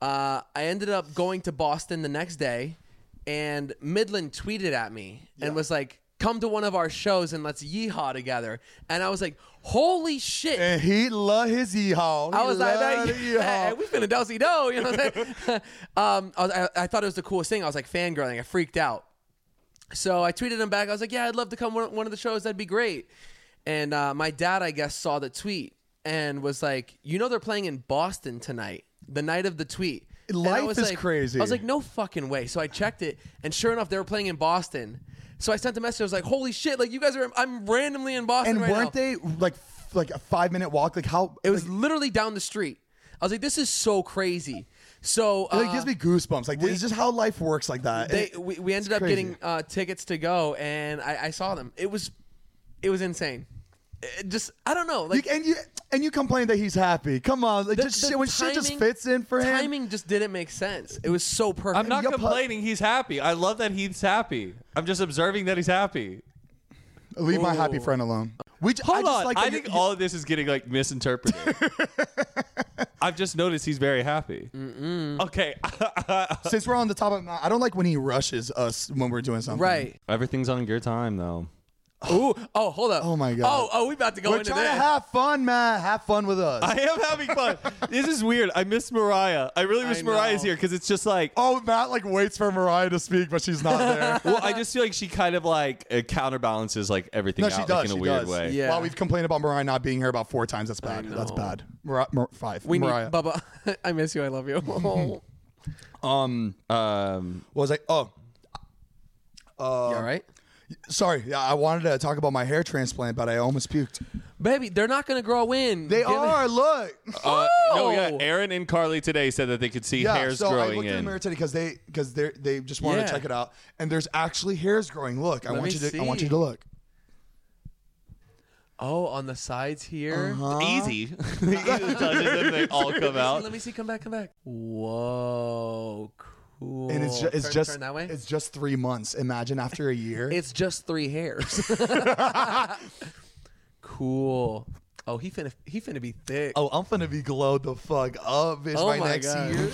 Speaker 1: Uh, I ended up going to Boston the next day and Midland tweeted at me and was like, come to one of our shows and let's yeehaw together. And I was like, holy shit.
Speaker 2: And he love his yeehaw.
Speaker 1: I
Speaker 2: He
Speaker 1: was like, [laughs]
Speaker 2: love
Speaker 1: hey,
Speaker 2: the [laughs]
Speaker 1: hey, we finna dosey do, you know what I'm saying? [laughs] um, I, was, I, I thought it was the coolest thing. I was like fangirling. I freaked out. So I tweeted him back. I was like, yeah, I'd love to come one, one of the shows. That'd be great. And uh, my dad, I guess, saw the tweet and was like, you know, they're playing in Boston tonight, the night of the tweet. And I
Speaker 2: Life
Speaker 1: was
Speaker 2: is
Speaker 1: like-
Speaker 2: crazy.
Speaker 1: I was like, no fucking way. So I checked it, and sure enough, they were playing in Boston. So I sent a message. I was like, holy shit! Like you guys are. I'm randomly in Boston.
Speaker 2: And
Speaker 1: right now.
Speaker 2: weren't they like f- like a five minute walk? Like how
Speaker 1: It was literally down the street. I was like, this is so crazy. So uh,
Speaker 2: it like, gives me goosebumps. Like it's just how life works like that.
Speaker 1: they
Speaker 2: It-
Speaker 1: we, we ended
Speaker 2: it's
Speaker 1: up
Speaker 2: crazy.
Speaker 1: getting uh, tickets to go, and I, I saw them. It was it was insane. It just I don't know. Like
Speaker 2: You- and you and you complain that he's happy. Come on, like
Speaker 1: the-
Speaker 2: just
Speaker 1: the
Speaker 2: shit, when shit just
Speaker 1: timing-
Speaker 2: fits in for him.
Speaker 1: Timing just didn't make sense. It was so perfect.
Speaker 5: I'm not complaining. He's happy. I love that he's happy. I'm just observing that he's happy.
Speaker 2: Leave my happy
Speaker 5: Ooh.
Speaker 1: Oh.
Speaker 2: friend alone. We j-
Speaker 5: Hold
Speaker 2: I just
Speaker 5: on.
Speaker 2: like that
Speaker 5: I
Speaker 2: you-
Speaker 5: think all of this is getting like misinterpreted. I've just noticed he's very happy. Okay.
Speaker 2: [laughs]
Speaker 5: [laughs]
Speaker 2: since we're on the top of I don't like when he rushes us when we're doing
Speaker 1: [laughs]
Speaker 2: something.
Speaker 1: Right.
Speaker 5: Everything's on your time though.
Speaker 1: Ooh. Oh, hold up.
Speaker 2: Oh my god.
Speaker 1: Oh, oh, we about to go
Speaker 2: We're
Speaker 1: into
Speaker 2: trying
Speaker 1: this.
Speaker 2: to have fun, man. Have fun with us.
Speaker 5: I am having fun. this is weird. I miss Mariah. I really wish
Speaker 2: I
Speaker 5: Mariah's
Speaker 2: know.
Speaker 5: here because it's just like.
Speaker 2: oh, Matt like waits for Mariah to speak, but she's
Speaker 1: [laughs]
Speaker 2: not there.
Speaker 5: Well, I just feel like she kind of like uh, counterbalances like everything
Speaker 2: no,
Speaker 5: out
Speaker 2: she
Speaker 5: like,
Speaker 2: does.
Speaker 5: in a
Speaker 2: she
Speaker 5: weird
Speaker 2: does.
Speaker 5: way.
Speaker 2: While we've complained about Mariah not being here about four times, that's bad. That's bad. Mar- Mar- five.
Speaker 1: We
Speaker 2: Mariah. Uh,
Speaker 1: need Bubba. [laughs] I miss you. [laughs] I
Speaker 2: [laughs]
Speaker 1: love you. Oh.
Speaker 5: Um, um,
Speaker 2: what was I? Oh. Uh,
Speaker 1: you all right,
Speaker 2: Sorry, yeah, I wanted to talk about my hair transplant, but I almost puked.
Speaker 1: baby? They're not gonna grow in.
Speaker 2: They
Speaker 1: Give it- [laughs]
Speaker 2: are. Look,
Speaker 5: uh, no, yeah. Aaron and Carly today said that they could see
Speaker 2: Oh! yeah.
Speaker 5: hairs
Speaker 2: so I
Speaker 5: growing
Speaker 2: looked in the
Speaker 5: in.
Speaker 2: mirror today because they because they they just wanted
Speaker 5: Yeah.
Speaker 2: to check it out, and there's actually hairs growing. Look, I
Speaker 1: Let
Speaker 2: want
Speaker 1: me
Speaker 2: you to I want
Speaker 1: see.
Speaker 2: you to look.
Speaker 1: Oh, on the sides here.
Speaker 2: Uh-huh.
Speaker 5: Easy. [laughs] He
Speaker 2: [laughs]
Speaker 5: just touches them, they all come
Speaker 1: Let me see,
Speaker 5: out.
Speaker 1: Let me see. Come back. Come back. Whoa.
Speaker 2: and it's
Speaker 1: Cool.
Speaker 2: just, it's
Speaker 1: Turn-
Speaker 2: just
Speaker 1: turn that way?
Speaker 2: it's just three months. Imagine after a year,
Speaker 1: it's just three
Speaker 2: [laughs]
Speaker 1: hairs. cool. Oh, he finna he finna be thick.
Speaker 2: Oh, I'm finna be glowed the fuck up, bitch.
Speaker 1: Oh
Speaker 2: by
Speaker 1: my
Speaker 2: next
Speaker 1: God.
Speaker 2: year,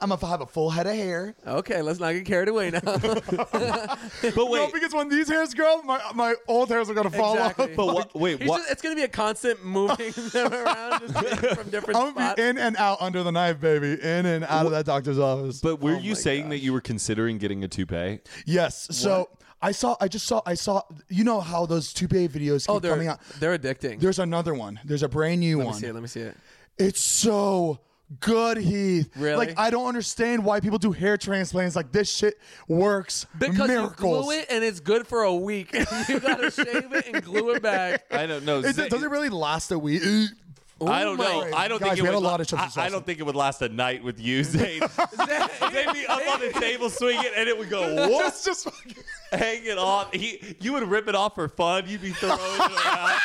Speaker 2: I'm gonna have a full head of hair.
Speaker 1: Okay, let's not get carried
Speaker 2: [laughs]
Speaker 1: away now.
Speaker 2: But wait, no, because when these hairs grow, my my old hairs are gonna fall
Speaker 1: Exactly.
Speaker 2: [laughs] off.
Speaker 1: But what-
Speaker 5: wait,
Speaker 1: He's just- it's gonna be a constant
Speaker 2: [laughs]
Speaker 1: moving them around just from different
Speaker 2: I'm gonna
Speaker 1: spots.
Speaker 2: be in and out under the knife, baby. In and out of that doctor's office.
Speaker 5: But were you saying that you were considering getting a toupee?
Speaker 2: Yes. So I saw. I just saw. I saw. You know how those toupee videos keep
Speaker 1: Oh, they're
Speaker 2: coming out.
Speaker 1: they're addicting.
Speaker 2: There's another one. There's a brand new
Speaker 1: let me
Speaker 2: one.
Speaker 1: see it. Let me see it.
Speaker 2: It's so good, Heath.
Speaker 1: Really?
Speaker 2: Like I don't understand why people do hair transplants. Like this shit works.
Speaker 1: Because you
Speaker 2: miracles.
Speaker 1: glue it and it's good for a week. [laughs] you gotta shave it and glue it
Speaker 2: [laughs]
Speaker 1: back.
Speaker 5: I don't know.
Speaker 2: It, does it really last a week? [laughs]
Speaker 5: I don't know. I don't
Speaker 2: Guys,
Speaker 5: think it
Speaker 2: we had
Speaker 5: would
Speaker 2: a lot
Speaker 5: la-
Speaker 2: of chips and
Speaker 5: I, I
Speaker 2: salsa.
Speaker 5: don't think it would last a night
Speaker 2: [laughs]
Speaker 5: with you, Zane. [laughs] They'd be up on the table, swing it, and it would go whoop,
Speaker 2: [laughs] Just- just
Speaker 5: hang it off. He, you would rip it off for fun. You'd be throwing
Speaker 2: [laughs]
Speaker 5: it around.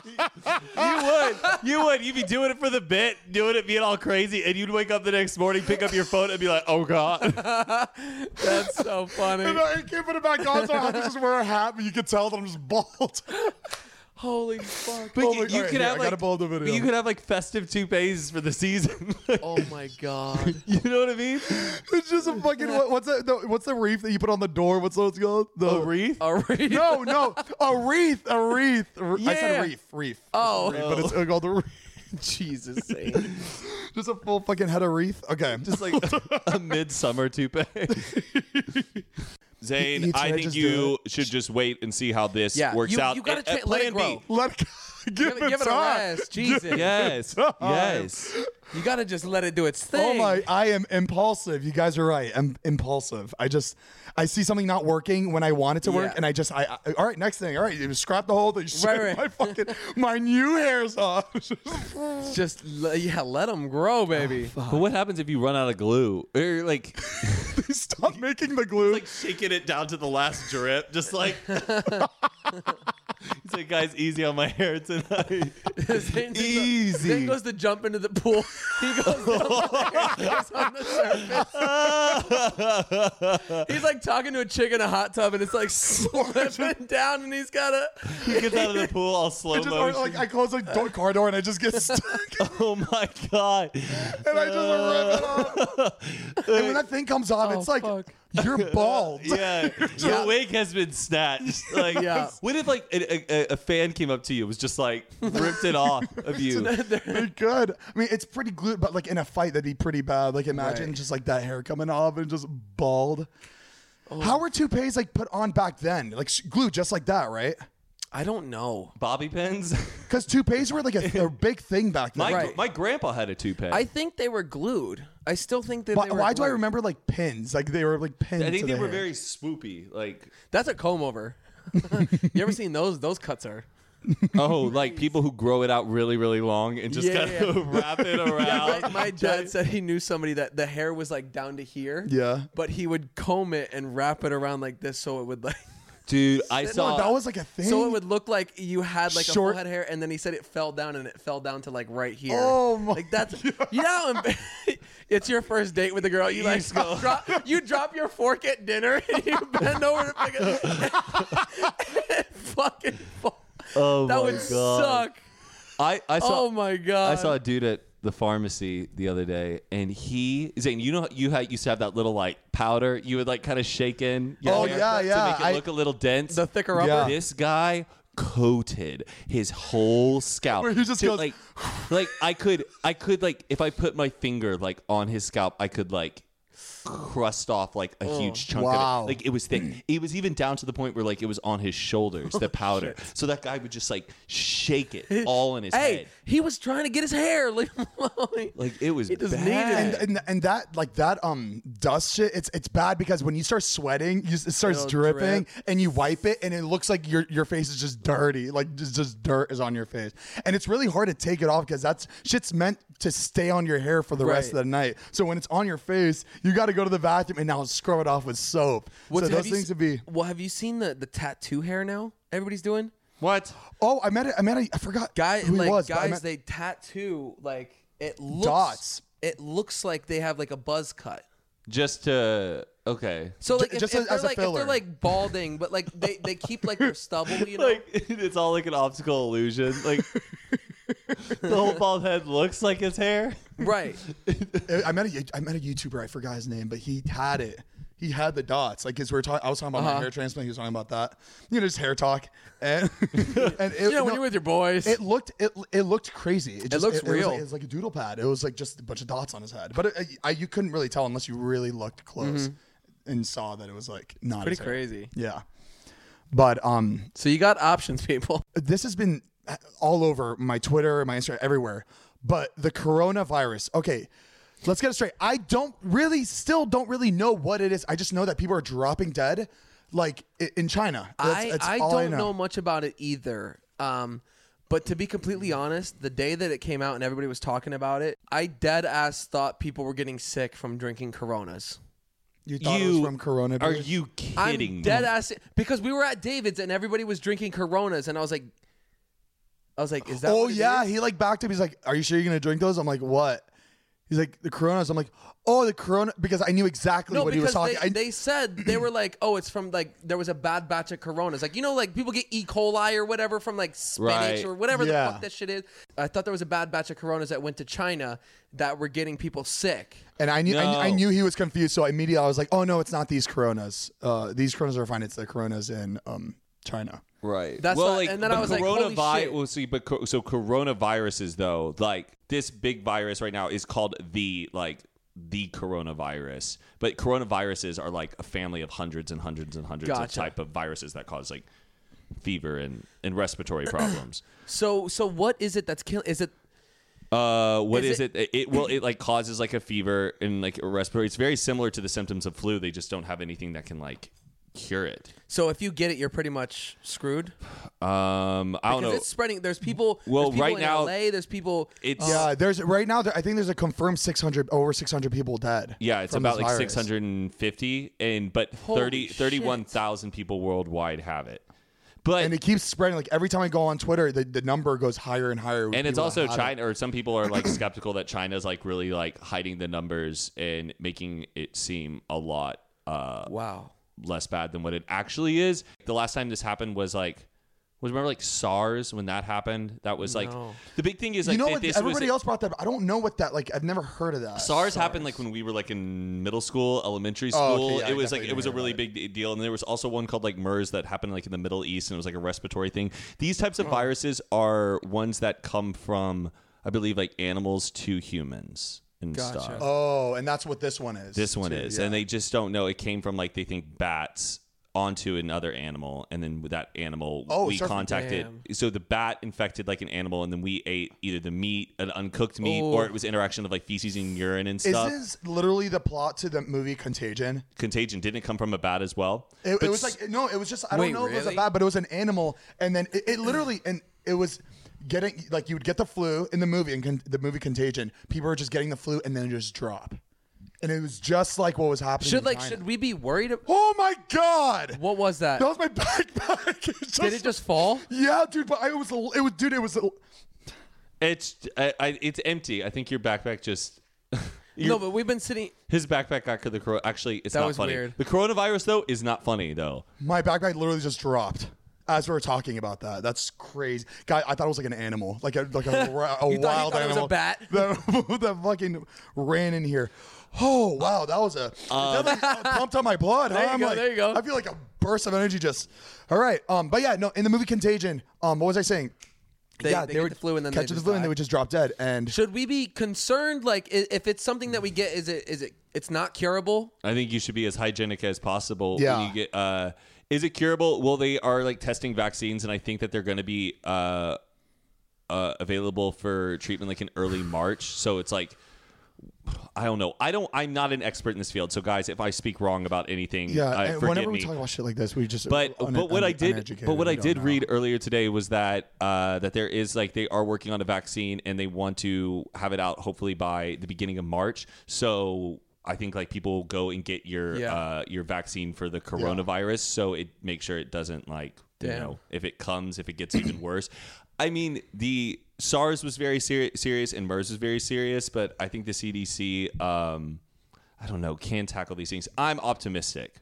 Speaker 5: you would, you would, you'd be doing it for the bit, doing it, being all crazy, and you'd wake up the next morning, pick up your phone, and be like, "Oh
Speaker 2: [laughs]
Speaker 5: God,
Speaker 1: That's so funny.
Speaker 2: And [laughs]
Speaker 5: [laughs]
Speaker 2: I can't put it back on, so I have to just wear a hat, but you can tell that I'm just bald. [laughs]
Speaker 1: Holy fuck.
Speaker 5: But
Speaker 2: Oh
Speaker 5: you,
Speaker 2: my-
Speaker 5: you
Speaker 2: all right,
Speaker 5: could
Speaker 2: here,
Speaker 5: have
Speaker 2: I
Speaker 5: like
Speaker 2: gotta pull up the video.
Speaker 5: you could have like festive toupees for the season. [laughs]
Speaker 1: Oh my
Speaker 2: [laughs]
Speaker 1: god.
Speaker 5: you know what I mean?
Speaker 2: It's just a
Speaker 1: [laughs]
Speaker 2: fucking what, what's that? The, what's the wreath that you put on the door? What's those called? The
Speaker 5: A wreath.
Speaker 1: A wreath.
Speaker 2: No, no, a wreath, a wreath. Re- I
Speaker 1: Yeah.
Speaker 2: said wreath, wreath.
Speaker 1: Oh.
Speaker 2: Wreath, but it's called the wreath. [laughs]
Speaker 1: Jesus. [laughs]
Speaker 2: Just a full fucking head of wreath. Okay,
Speaker 5: Just like [laughs] a midsummer toupee. Zane,
Speaker 2: He- he tried
Speaker 5: I
Speaker 2: to
Speaker 5: think
Speaker 2: just
Speaker 5: you should just wait and see how this
Speaker 1: Yeah,
Speaker 5: works
Speaker 1: you-
Speaker 5: out.
Speaker 1: you gotta
Speaker 5: And- and
Speaker 1: tra- let it
Speaker 5: plan [laughs] B.
Speaker 2: [laughs] let give,
Speaker 1: [laughs] Give it-
Speaker 2: it
Speaker 1: give it a
Speaker 2: time.
Speaker 1: rest. Jesus.
Speaker 2: Give it
Speaker 5: Yes,
Speaker 2: time.
Speaker 5: yes.
Speaker 1: You gotta just let it do its
Speaker 2: Oh
Speaker 1: thing.
Speaker 2: my! I am impulsive. You guys are right. I'm impulsive. I just, I see something not working when I want it to work,
Speaker 1: Yeah.
Speaker 2: and I just, I, I- all right, next thing, all right, you scrap the whole thing. Shit,
Speaker 1: Right, right.
Speaker 2: My fucking, my new hair's off. [laughs]
Speaker 1: Just le- yeah, let them grow, baby.
Speaker 2: Oh,
Speaker 5: But what happens if you run out of glue? Or like,
Speaker 2: Stop making the glue.
Speaker 5: like shaking it down to the last drip, just
Speaker 1: [laughs]
Speaker 5: like. He's like, guys, easy on my
Speaker 1: [laughs]
Speaker 5: hair tonight.
Speaker 1: Zane just-
Speaker 5: Easy.
Speaker 1: Zane goes to jump into the pool. [laughs] He goes down the stairs on the surface. he's like talking to a chick in a hot tub, and it's like [laughs] slipping down, and he's got a.
Speaker 5: [laughs] he gets out of the pool all slow
Speaker 2: I just, or,
Speaker 5: motion.
Speaker 2: like, I close the door, car door, and I just get
Speaker 1: [laughs]
Speaker 2: stuck,
Speaker 5: oh my god!
Speaker 2: and I just rip it off.
Speaker 5: [laughs]
Speaker 2: and when that thing comes off,
Speaker 1: Oh,
Speaker 2: it's like
Speaker 1: fuck.
Speaker 2: you're bald.
Speaker 5: [laughs] Yeah, your wig has
Speaker 1: [laughs]
Speaker 5: been snatched. Like,
Speaker 1: Yeah.
Speaker 5: what if like a, a, a fan came up to you, was just like ripped it off
Speaker 1: [laughs]
Speaker 5: of
Speaker 2: [laughs]
Speaker 5: you?
Speaker 2: Pretty good. I mean, it's pretty glued, but like in a fight, that'd be pretty bad. Like imagine
Speaker 1: Right.
Speaker 2: just like that hair coming off and just bald.
Speaker 5: Oh.
Speaker 2: How were toupees like put on back then? Like sh- glue, just like that, right?
Speaker 1: [laughs] I don't know.
Speaker 5: Bobby
Speaker 1: [laughs]
Speaker 5: pins.
Speaker 2: Because toupees were like
Speaker 5: [laughs]
Speaker 2: a, a big thing back then.
Speaker 5: My
Speaker 1: Right.
Speaker 5: my grandpa had a toupee.
Speaker 1: I think they were glued. I still think that.
Speaker 2: Why,
Speaker 1: they were
Speaker 2: why do I
Speaker 1: glued.
Speaker 2: remember like pins? Like they were like pins.
Speaker 5: I think
Speaker 2: to
Speaker 5: they
Speaker 2: the
Speaker 5: were
Speaker 2: hair.
Speaker 5: very
Speaker 1: [laughs]
Speaker 5: swoopy. Like,
Speaker 1: That's a comb over. [laughs] you ever seen those? Those cuts
Speaker 5: [laughs]
Speaker 1: are.
Speaker 5: oh, like people who grow it out really, really long and just
Speaker 1: [laughs] Yeah,
Speaker 5: kind of [laughs] wrap it
Speaker 1: My,
Speaker 5: around.
Speaker 1: my dad said he knew somebody that the hair was like down to here.
Speaker 2: Yeah.
Speaker 1: But he would comb it and wrap it around like this, so it would like.
Speaker 5: Dude, I
Speaker 2: No,
Speaker 5: saw
Speaker 2: that was like a thing.
Speaker 1: So it would look like you had like a
Speaker 2: Short-
Speaker 1: full head of hair, and then he said it fell down, and it fell down to like right here.
Speaker 2: Oh my
Speaker 1: Like
Speaker 5: [laughs]
Speaker 1: that's you know, how embar- [laughs] it's your first date with a girl. You like [laughs] drop, you drop your fork at dinner, [laughs] and you bend over to pick it. [laughs] it fucking fall.
Speaker 5: Oh
Speaker 1: that
Speaker 5: my
Speaker 1: would
Speaker 5: God.
Speaker 1: suck.
Speaker 5: I, I saw
Speaker 1: oh my god.
Speaker 5: I saw a dude at the pharmacy the other day, and he Zane, you know, you had used to have that little like powder you would like kind of shake in. your
Speaker 2: Oh,
Speaker 5: hair
Speaker 2: yeah,
Speaker 5: to
Speaker 2: yeah.
Speaker 5: make it
Speaker 2: I-
Speaker 5: look a little dense.
Speaker 1: the thicker upper.
Speaker 5: This guy coated his whole scalp.
Speaker 2: Where he just
Speaker 5: to,
Speaker 2: goes-
Speaker 5: like, like I could, I could like if I put my finger like on his scalp, I could like crust off like a huge chunk
Speaker 2: Oh, Wow.
Speaker 5: of it. Like it was thick. It was even down to the point where like it was on his shoulders,
Speaker 2: [laughs] Oh,
Speaker 5: the powder. so that guy would just like shake it all in his
Speaker 1: Hey,
Speaker 5: head.
Speaker 1: he was trying to get his hair. [laughs] Leave him alone.
Speaker 5: Like it was
Speaker 1: He just
Speaker 5: bad.
Speaker 1: needed
Speaker 2: and, and and that like that um dust shit it's it's bad because when you start sweating you, it starts
Speaker 1: It'll
Speaker 2: dripping
Speaker 1: drip.
Speaker 2: and you wipe it and it looks like your your face is just dirty like just, just dirt is on your face and it's really hard to take it off because that's shit's meant to stay on your hair for the rest of
Speaker 1: Right.
Speaker 2: the night so when it's on your face you got to go to the bathroom and now scrub it off with soap
Speaker 1: What's-
Speaker 2: so
Speaker 1: have
Speaker 2: those
Speaker 1: you
Speaker 2: things
Speaker 1: se-
Speaker 2: would be
Speaker 1: Well, have you seen the the tattoo hair now? Everybody's doing.
Speaker 5: What?
Speaker 2: oh I met it I met a, I forgot
Speaker 1: guy
Speaker 2: who he
Speaker 1: like
Speaker 2: was, but I
Speaker 1: guys
Speaker 2: met-
Speaker 1: they tattoo like it looks
Speaker 2: Dots.
Speaker 1: it looks like they have like a buzz cut
Speaker 5: just to okay.
Speaker 1: So like, if, if they're like if they're like balding, but like they, they keep like their stubble, [laughs] you know.
Speaker 5: Like, [laughs] it's all like an optical illusion. Like the whole bald head looks like his hair.
Speaker 1: [laughs] Right.
Speaker 2: I met a I met a YouTuber. I forgot his name, but he had it. He had the dots. Like as we were talking, I was talking about
Speaker 1: Uh-huh.
Speaker 2: my hair transplant. He was talking about that. You know, just hair talk.
Speaker 1: [laughs]
Speaker 2: And, and it,
Speaker 1: You know, when you're with your boys,
Speaker 2: it looked it it looked crazy. It, just,
Speaker 1: looks
Speaker 2: was
Speaker 1: real.
Speaker 2: like- it was like a doodle pad. It was like just a bunch of dots on his head. But it, I, you couldn't really tell unless you really looked close
Speaker 1: Mhm.
Speaker 2: and saw that it was like not
Speaker 1: Pretty
Speaker 2: his hair.
Speaker 1: crazy.
Speaker 2: Yeah. But um
Speaker 1: So you got options, people.
Speaker 2: This has been uh, all over my Twitter, my Instagram, everywhere. But the coronavirus. Okay. Let's get it straight. I don't really still don't really know what it is. I just know that people are dropping dead like i- in China. That's,
Speaker 1: I,
Speaker 2: that's
Speaker 1: I
Speaker 2: all
Speaker 1: don't
Speaker 2: I
Speaker 1: know. much about it either. Um, but to be completely honest, the day that it came out and everybody was talking about it, I dead ass thought people were getting sick from drinking Coronas.
Speaker 2: You thought it was from Corona.
Speaker 5: Are
Speaker 2: dude?
Speaker 5: you kidding
Speaker 1: I'm
Speaker 5: me?
Speaker 1: dead ass because we were at David's and everybody was drinking Coronas, and I was like, I was like, is that?
Speaker 2: oh
Speaker 1: what it
Speaker 2: yeah,
Speaker 1: is?
Speaker 2: he like backed up. He's like, "Are you sure you're gonna drink those?" I'm like, "What?" He's like, "The Coronas." I'm like, "Oh, the Corona," because I knew exactly
Speaker 1: No,
Speaker 2: what he was
Speaker 1: because
Speaker 2: talking.
Speaker 1: they, they said they were like, oh, it's from like there was a bad batch of Coronas, like you know, like people get E. coli or whatever from like spinach
Speaker 5: Right.
Speaker 1: or whatever the
Speaker 5: Yeah.
Speaker 1: fuck that shit is. I thought there was a bad batch of Coronas that went to China that were getting people sick.
Speaker 2: and I knew, I knew I
Speaker 1: No.
Speaker 2: knew he was confused, so immediately I was like, "Oh no, it's not these Coronas. Uh, these Coronas are fine. It's the Coronas in um, China."
Speaker 5: Right.
Speaker 2: That's
Speaker 5: well,
Speaker 2: what-
Speaker 5: like,
Speaker 2: and then
Speaker 5: but
Speaker 2: I was like, holy
Speaker 5: coronavi-
Speaker 2: shit.
Speaker 5: Well, see, but co- so coronaviruses though, like this big virus right now is called the like the coronavirus. But coronaviruses are like a family of hundreds and hundreds and hundreds of
Speaker 1: Gotcha.
Speaker 5: type of viruses that cause like fever and and respiratory problems.
Speaker 1: So so what is it that's killing? Is it
Speaker 5: Uh, what
Speaker 1: Is
Speaker 5: is, it? it? well, it like causes like a fever and like a respiratory. It's very similar to the symptoms of flu. They just don't have anything that can like cure it.
Speaker 1: so if you get it, you're pretty much screwed.
Speaker 5: Um, I don't
Speaker 1: Because
Speaker 5: know.
Speaker 1: It's spreading. There's people.
Speaker 5: Well,
Speaker 1: there's people
Speaker 5: right
Speaker 1: in
Speaker 5: now,
Speaker 1: LA. There's people.
Speaker 5: It's
Speaker 2: yeah, Uh, there's right now. There, I think there's a confirmed 600 over 600 people dead.
Speaker 5: Yeah, it's
Speaker 2: from
Speaker 5: about
Speaker 2: this
Speaker 5: like
Speaker 2: virus.
Speaker 5: 650 and but
Speaker 2: Holy
Speaker 5: 30
Speaker 2: shit.
Speaker 5: 31,000 people worldwide have it. But
Speaker 2: and it keeps spreading. Like every time I go on Twitter, the, the number goes higher and higher. with
Speaker 5: And it's
Speaker 2: people
Speaker 5: also
Speaker 2: that had it.
Speaker 5: China or some people are like skeptical that China's like really like hiding the numbers and making it seem a lot uh
Speaker 1: wow
Speaker 5: less bad than what it actually is. The last time this happened was like was remember like SARS when that happened? That was like
Speaker 2: No.
Speaker 5: the big thing is like
Speaker 2: you know
Speaker 5: that
Speaker 2: what?
Speaker 5: this
Speaker 2: Everybody
Speaker 5: was
Speaker 2: else brought that. up. I don't know what that like. I've never heard of that.
Speaker 5: SARS happened like when we were like in middle school, elementary school.
Speaker 2: Oh, okay, yeah, I
Speaker 5: it was like
Speaker 2: definitely
Speaker 5: it was a
Speaker 2: heard
Speaker 5: really big de- deal, and there was also one called like MERS that happened like in the Middle East, and it was like a respiratory thing. These types
Speaker 2: Oh.
Speaker 5: of viruses are ones that come from, I believe, like animals to humans and
Speaker 2: Gotcha.
Speaker 5: stuff.
Speaker 2: Oh, and that's what this one is.
Speaker 5: This one
Speaker 2: too,
Speaker 5: is,
Speaker 2: yeah.
Speaker 5: and they just don't know. It came from like they think bats onto another animal, and then with that animal,
Speaker 2: Oh, it
Speaker 5: we
Speaker 2: starts with-
Speaker 5: contacted. So the bat infected like an animal, and then we ate either the meat, an uncooked meat,
Speaker 2: Ooh.
Speaker 5: or it was interaction of like feces and urine and
Speaker 2: Is
Speaker 5: stuff.
Speaker 2: this literally the plot to the movie Contagion?
Speaker 5: Contagion didn't come from a bat as well.
Speaker 2: It,
Speaker 5: But
Speaker 2: it was
Speaker 5: s-
Speaker 2: like no, it was just I don't
Speaker 5: Wait,
Speaker 2: know if it was
Speaker 5: really?
Speaker 2: a bat, but it was an animal, and then it, it literally and it was getting like you would get the flu in the movie and con- the movie Contagion. People were just getting the flu and then it just drop, and it was just like what was happening.
Speaker 1: Should
Speaker 2: in
Speaker 1: like
Speaker 2: China.
Speaker 1: should we be worried? About-
Speaker 2: oh my god!
Speaker 1: What was that?
Speaker 2: That was my [laughs] backpack. It
Speaker 1: Did it just
Speaker 2: [laughs]
Speaker 1: fall?
Speaker 2: yeah, dude. But I, it was a- it was dude. It was. a-
Speaker 5: it's I, I, it's empty. I think your backpack just
Speaker 1: no, but we've been sitting.
Speaker 5: his backpack got the corona. Actually, it's
Speaker 1: That
Speaker 5: not
Speaker 1: was
Speaker 5: funny.
Speaker 1: weird.
Speaker 5: The coronavirus though is not funny though.
Speaker 2: My backpack literally just dropped as we were talking about that. That's crazy, guy. I thought it was like an animal, like a
Speaker 1: [laughs]
Speaker 2: like a, ra- a
Speaker 1: You thought- you
Speaker 2: wild
Speaker 1: thought it was a
Speaker 2: animal.
Speaker 1: bat?
Speaker 2: [laughs] that, that fucking ran in here. Oh wow, that was a
Speaker 5: Uh,
Speaker 2: that
Speaker 5: [laughs]
Speaker 2: definitely pumped on my blood. huh?
Speaker 1: There you
Speaker 2: I'm
Speaker 1: go,
Speaker 2: like,
Speaker 1: there you go.
Speaker 2: I feel like a burst of energy just. All right, um, but yeah, no. In the movie Contagion, um, what was I saying?
Speaker 1: They-
Speaker 2: yeah,
Speaker 1: they get the flu and then they
Speaker 2: catch the
Speaker 1: just
Speaker 2: flu and
Speaker 1: die.
Speaker 2: they would just drop dead. And
Speaker 1: Should we be concerned? Like i- if it's something that we get, is it is it it's not curable?
Speaker 5: I think you should be as hygienic as possible.
Speaker 1: Yeah.
Speaker 5: When you get, uh, is it curable? Well, they are like testing vaccines, and I think that they're going to be uh, uh, available for treatment like in early March. So it's like. I don't know. I don't. I'm not an expert in this field, so guys, if I speak wrong about anything,
Speaker 2: yeah,
Speaker 5: uh,
Speaker 2: and
Speaker 5: forgive
Speaker 2: whenever
Speaker 5: me.
Speaker 2: we talk about shit like this, we just
Speaker 5: But
Speaker 2: un-
Speaker 5: but what
Speaker 2: un-
Speaker 5: I did
Speaker 2: uneducated,
Speaker 5: but what
Speaker 2: we
Speaker 5: I
Speaker 2: don't
Speaker 5: did
Speaker 2: know.
Speaker 5: read earlier today was that uh, that there is like they are working on a vaccine and they want to have it out hopefully by the beginning of March. So I think like people go and get your
Speaker 1: Yeah.
Speaker 5: uh, your vaccine for the coronavirus, so it make sure it doesn't like you
Speaker 1: Damn.
Speaker 5: know if it comes if it gets even [coughs] worse. I mean the SARS was very seri- serious and MERS was very serious, but I think the CDC. Um, I don't know, can tackle these things. I'm optimistic.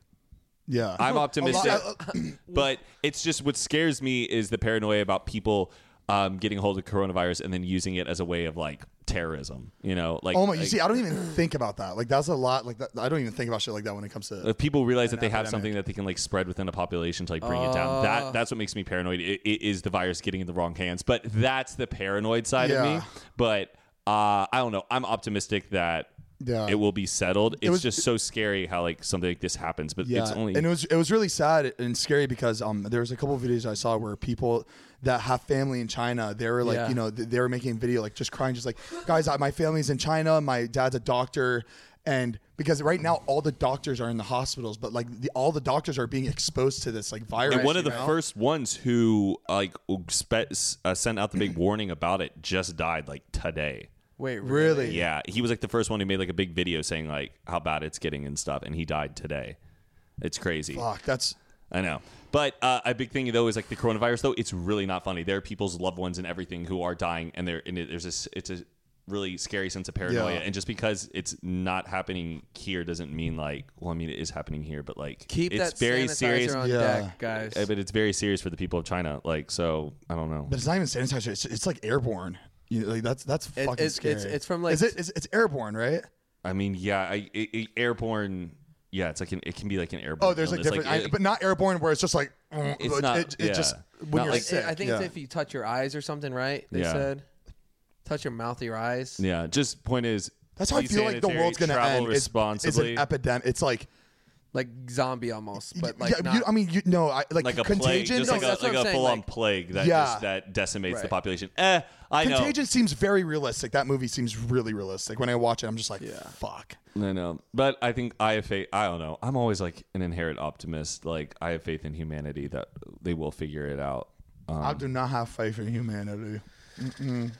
Speaker 2: Yeah. [laughs]
Speaker 5: I'm
Speaker 2: A lot- uh, [clears throat]
Speaker 5: optimistic.
Speaker 2: a-
Speaker 5: but it's just what scares me is the paranoia about people um, getting a hold of coronavirus and then using it as a way of like terrorism. You know, like
Speaker 2: oh my! You
Speaker 5: like,
Speaker 2: see, I don't even think about that. Like that's a lot. Like that, I don't even think about shit like that when it comes to.
Speaker 5: if people realize that they have something that they can like spread within a population to like bring it down.
Speaker 2: Oh.
Speaker 5: That that's what makes me paranoid. It, it is the virus getting in the wrong hands, but that's the paranoid side
Speaker 2: Yeah.
Speaker 5: of me. But uh, I don't know. I'm optimistic that
Speaker 2: Yeah.
Speaker 5: it will be settled. It's
Speaker 2: was-
Speaker 5: just so scary how like something like this happens, but
Speaker 2: Yeah,
Speaker 5: it's only
Speaker 2: and it was it was really sad and scary because um there was a couple of videos I saw where people that have family in China they were like
Speaker 11: Yeah.
Speaker 2: you know th- they were making a video like just crying just like guys I, my family's in China my dad's a doctor and because right now all the doctors are in the hospitals but like the, all the doctors are being exposed to this like virus
Speaker 5: and one of
Speaker 2: you
Speaker 5: the
Speaker 2: know?
Speaker 5: first ones who like spe- uh, sent out
Speaker 1: [clears throat]
Speaker 5: the big warning about it just died like today.
Speaker 1: Wait,
Speaker 2: really?
Speaker 5: Yeah, he was like the first one who made like a big video saying like how bad it's getting and stuff, and he died today. It's crazy.
Speaker 2: Fuck, that's.
Speaker 5: I know, but uh, a big thing though is like the coronavirus. Though it's really not funny. There are people's loved ones and everything who are dying, and there and it, there's this. It's a really scary sense of paranoia.
Speaker 1: Yeah.
Speaker 5: And just because it's not happening here doesn't mean like. Well, I mean it is happening here, but like
Speaker 1: Keep
Speaker 5: it's
Speaker 1: that
Speaker 5: very
Speaker 1: sanitizer
Speaker 5: serious,
Speaker 1: on Yeah. deck, guys.
Speaker 5: Uh, But it's very serious for the people of China. Like so, I don't know.
Speaker 2: but it's not even sanitizer it's, it's like airborne you know, like that's that's fucking
Speaker 1: it's-
Speaker 2: scary
Speaker 1: it's- it's from, like-
Speaker 2: Is it- it's, it's airborne right
Speaker 5: I mean, yeah, I, it, it- airborne. Yeah, it's like an, it can be Um, like an airborne.
Speaker 2: oh there's like
Speaker 5: illness.
Speaker 2: different I-
Speaker 5: it-
Speaker 2: but not airborne where it's just like mm,
Speaker 5: It's
Speaker 2: like,
Speaker 5: not-
Speaker 2: it, it
Speaker 5: yeah.
Speaker 2: just when
Speaker 5: Not
Speaker 2: you're
Speaker 5: like-
Speaker 2: sick
Speaker 1: I think
Speaker 2: yeah.
Speaker 1: it's if you touch your eyes or something, right? They
Speaker 5: Yeah.
Speaker 1: said, touch your mouth or your eyes.
Speaker 5: yeah, just point is
Speaker 2: That's how I
Speaker 5: be
Speaker 2: feel like the
Speaker 5: sanitary,
Speaker 2: world's gonna
Speaker 5: travel
Speaker 2: end. It's- It's,
Speaker 5: responsibly.
Speaker 2: an epidemic. It's like
Speaker 1: like zombie almost, but like
Speaker 2: yeah, you, I mean, you know, I, like,
Speaker 5: like a plague,
Speaker 2: contagion.
Speaker 5: just like a, like a full on plague that
Speaker 2: Yeah.
Speaker 5: just, that decimates the
Speaker 2: Right.
Speaker 5: population. Eh, I know.
Speaker 2: contagion seems very realistic. That movie seems really realistic. When I watch it, I'm just like, fuck.
Speaker 5: I know, but I think I have faith. I don't know. I'm always like an inherent optimist. Like I have faith in humanity that they will figure it out. Um,
Speaker 2: I do not have faith in humanity. Mm-mm.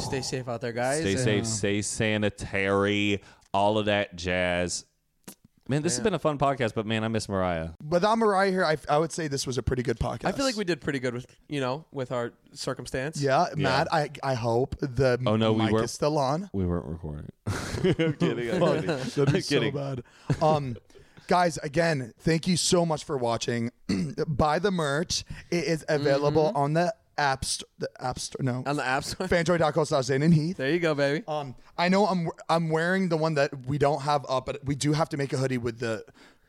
Speaker 1: Stay safe out there, guys. um,
Speaker 5: Stay
Speaker 1: and-
Speaker 5: safe, stay sanitary, all of that jazz. Man, this has been a fun podcast, but man, I miss Mariah.
Speaker 2: Without Mariah here, I, I would say this was a pretty good podcast.
Speaker 1: I feel like we did pretty good with you know with our circumstance.
Speaker 2: yeah, Matt. I I hope the
Speaker 5: Oh no,
Speaker 2: mic
Speaker 5: we weren't
Speaker 2: is still on.
Speaker 5: We weren't [laughs] recording. I'm kidding. I'm [laughs]
Speaker 2: Fuck,
Speaker 5: kidding.
Speaker 2: That'd be so
Speaker 5: I'm kidding.
Speaker 2: bad. Um, [laughs] guys, again, thank you so much for watching. [clears throat] Buy the merch. It is available on the app store. The app store. No.
Speaker 1: Mm-hmm. On the [laughs] app store.
Speaker 2: Fanjoy.co slash Zane and Heath.
Speaker 1: There you go, baby.
Speaker 2: Um, I know I'm I'm wearing the one that we don't have up, but we do have to make a hoodie with the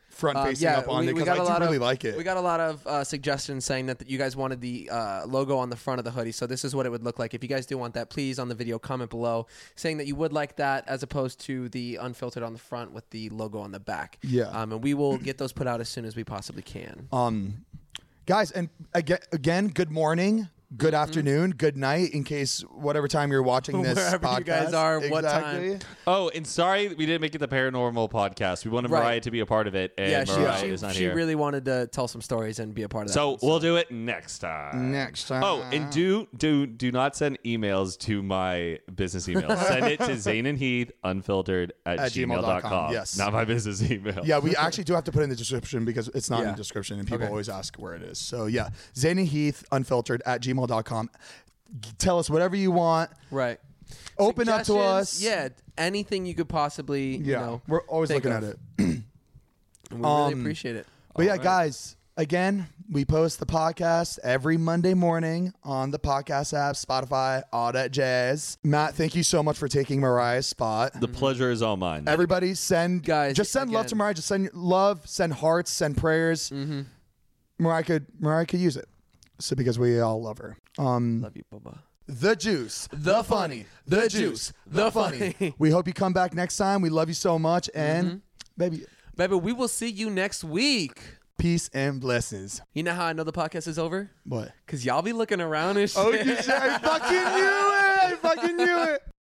Speaker 2: front
Speaker 1: Um,
Speaker 2: facing up on it because I do really
Speaker 1: of,
Speaker 2: like it.
Speaker 1: We got a lot of uh, suggestions saying that, that you guys wanted the uh, logo on the front of the hoodie. So this is what it would look like. If you guys do want that, please on the video comment below saying that you would like that as opposed to the unfiltered on the front with the logo on the back.
Speaker 2: Yeah.
Speaker 1: Um, and we will get those put out as soon as we possibly can.
Speaker 2: Um, guys, and again, again, good morning, good afternoon, good night. In case whatever time you're watching this,
Speaker 1: Mm-hmm. [laughs] Wherever you guys
Speaker 2: podcast.
Speaker 1: are, what time.
Speaker 2: Exactly.
Speaker 5: Oh, and sorry we didn't make it the paranormal podcast. We wanted
Speaker 1: Right.
Speaker 5: Mariah to be a part of it, and
Speaker 1: yeah, she,
Speaker 5: Mariah
Speaker 1: she,
Speaker 5: is not
Speaker 1: she
Speaker 5: here.
Speaker 1: really wanted to tell some stories and be a part of that.
Speaker 5: so we'll do it next time.
Speaker 2: Next
Speaker 5: Oh, and do do do not send emails to my business email. send it
Speaker 1: [laughs]
Speaker 5: to Zane and Heath unfiltered at,
Speaker 2: At gmail.com.
Speaker 5: gmail.com.
Speaker 2: Yes.
Speaker 5: Not my business email.
Speaker 2: Yeah, we actually do have to put it in the description because it's not in
Speaker 5: Yeah.
Speaker 2: the description and people
Speaker 5: Okay.
Speaker 2: always ask where it is. So yeah, Zane and Heath, unfiltered at gmail.com. G- Tell us whatever you want.
Speaker 1: Right.
Speaker 2: Open up to
Speaker 1: Suggestions,
Speaker 2: us.
Speaker 1: Yeah, anything you could possibly.
Speaker 2: Yeah,
Speaker 1: you know,
Speaker 2: we're always
Speaker 1: think
Speaker 2: looking
Speaker 1: of.
Speaker 2: at it.
Speaker 1: And we really
Speaker 2: Um,
Speaker 1: appreciate it.
Speaker 2: But yeah, guys, again, we post the podcast every Monday morning on the podcast app, Spotify, all that jazz. Matt, thank you so much for taking Mariah's spot.
Speaker 5: The pleasure is all mine.
Speaker 2: Everybody send guys just send love to Mariah. Just send love, send hearts, send prayers. Mariah could Mariah could use it. So because we all love her. Um
Speaker 1: love you, Bubba.
Speaker 2: The juice, the funny, the juice, the
Speaker 1: the
Speaker 2: funny. [laughs] Mm-hmm.
Speaker 1: funny.
Speaker 2: we hope you come back next time. We love you so much. And baby,
Speaker 1: Baby, we will see you next week.
Speaker 2: peace and blessings.
Speaker 1: You know how I know the podcast is over?
Speaker 2: [laughs] What?
Speaker 1: Because y'all be looking around and shit.
Speaker 2: Oh, you said I fucking knew it. I fucking knew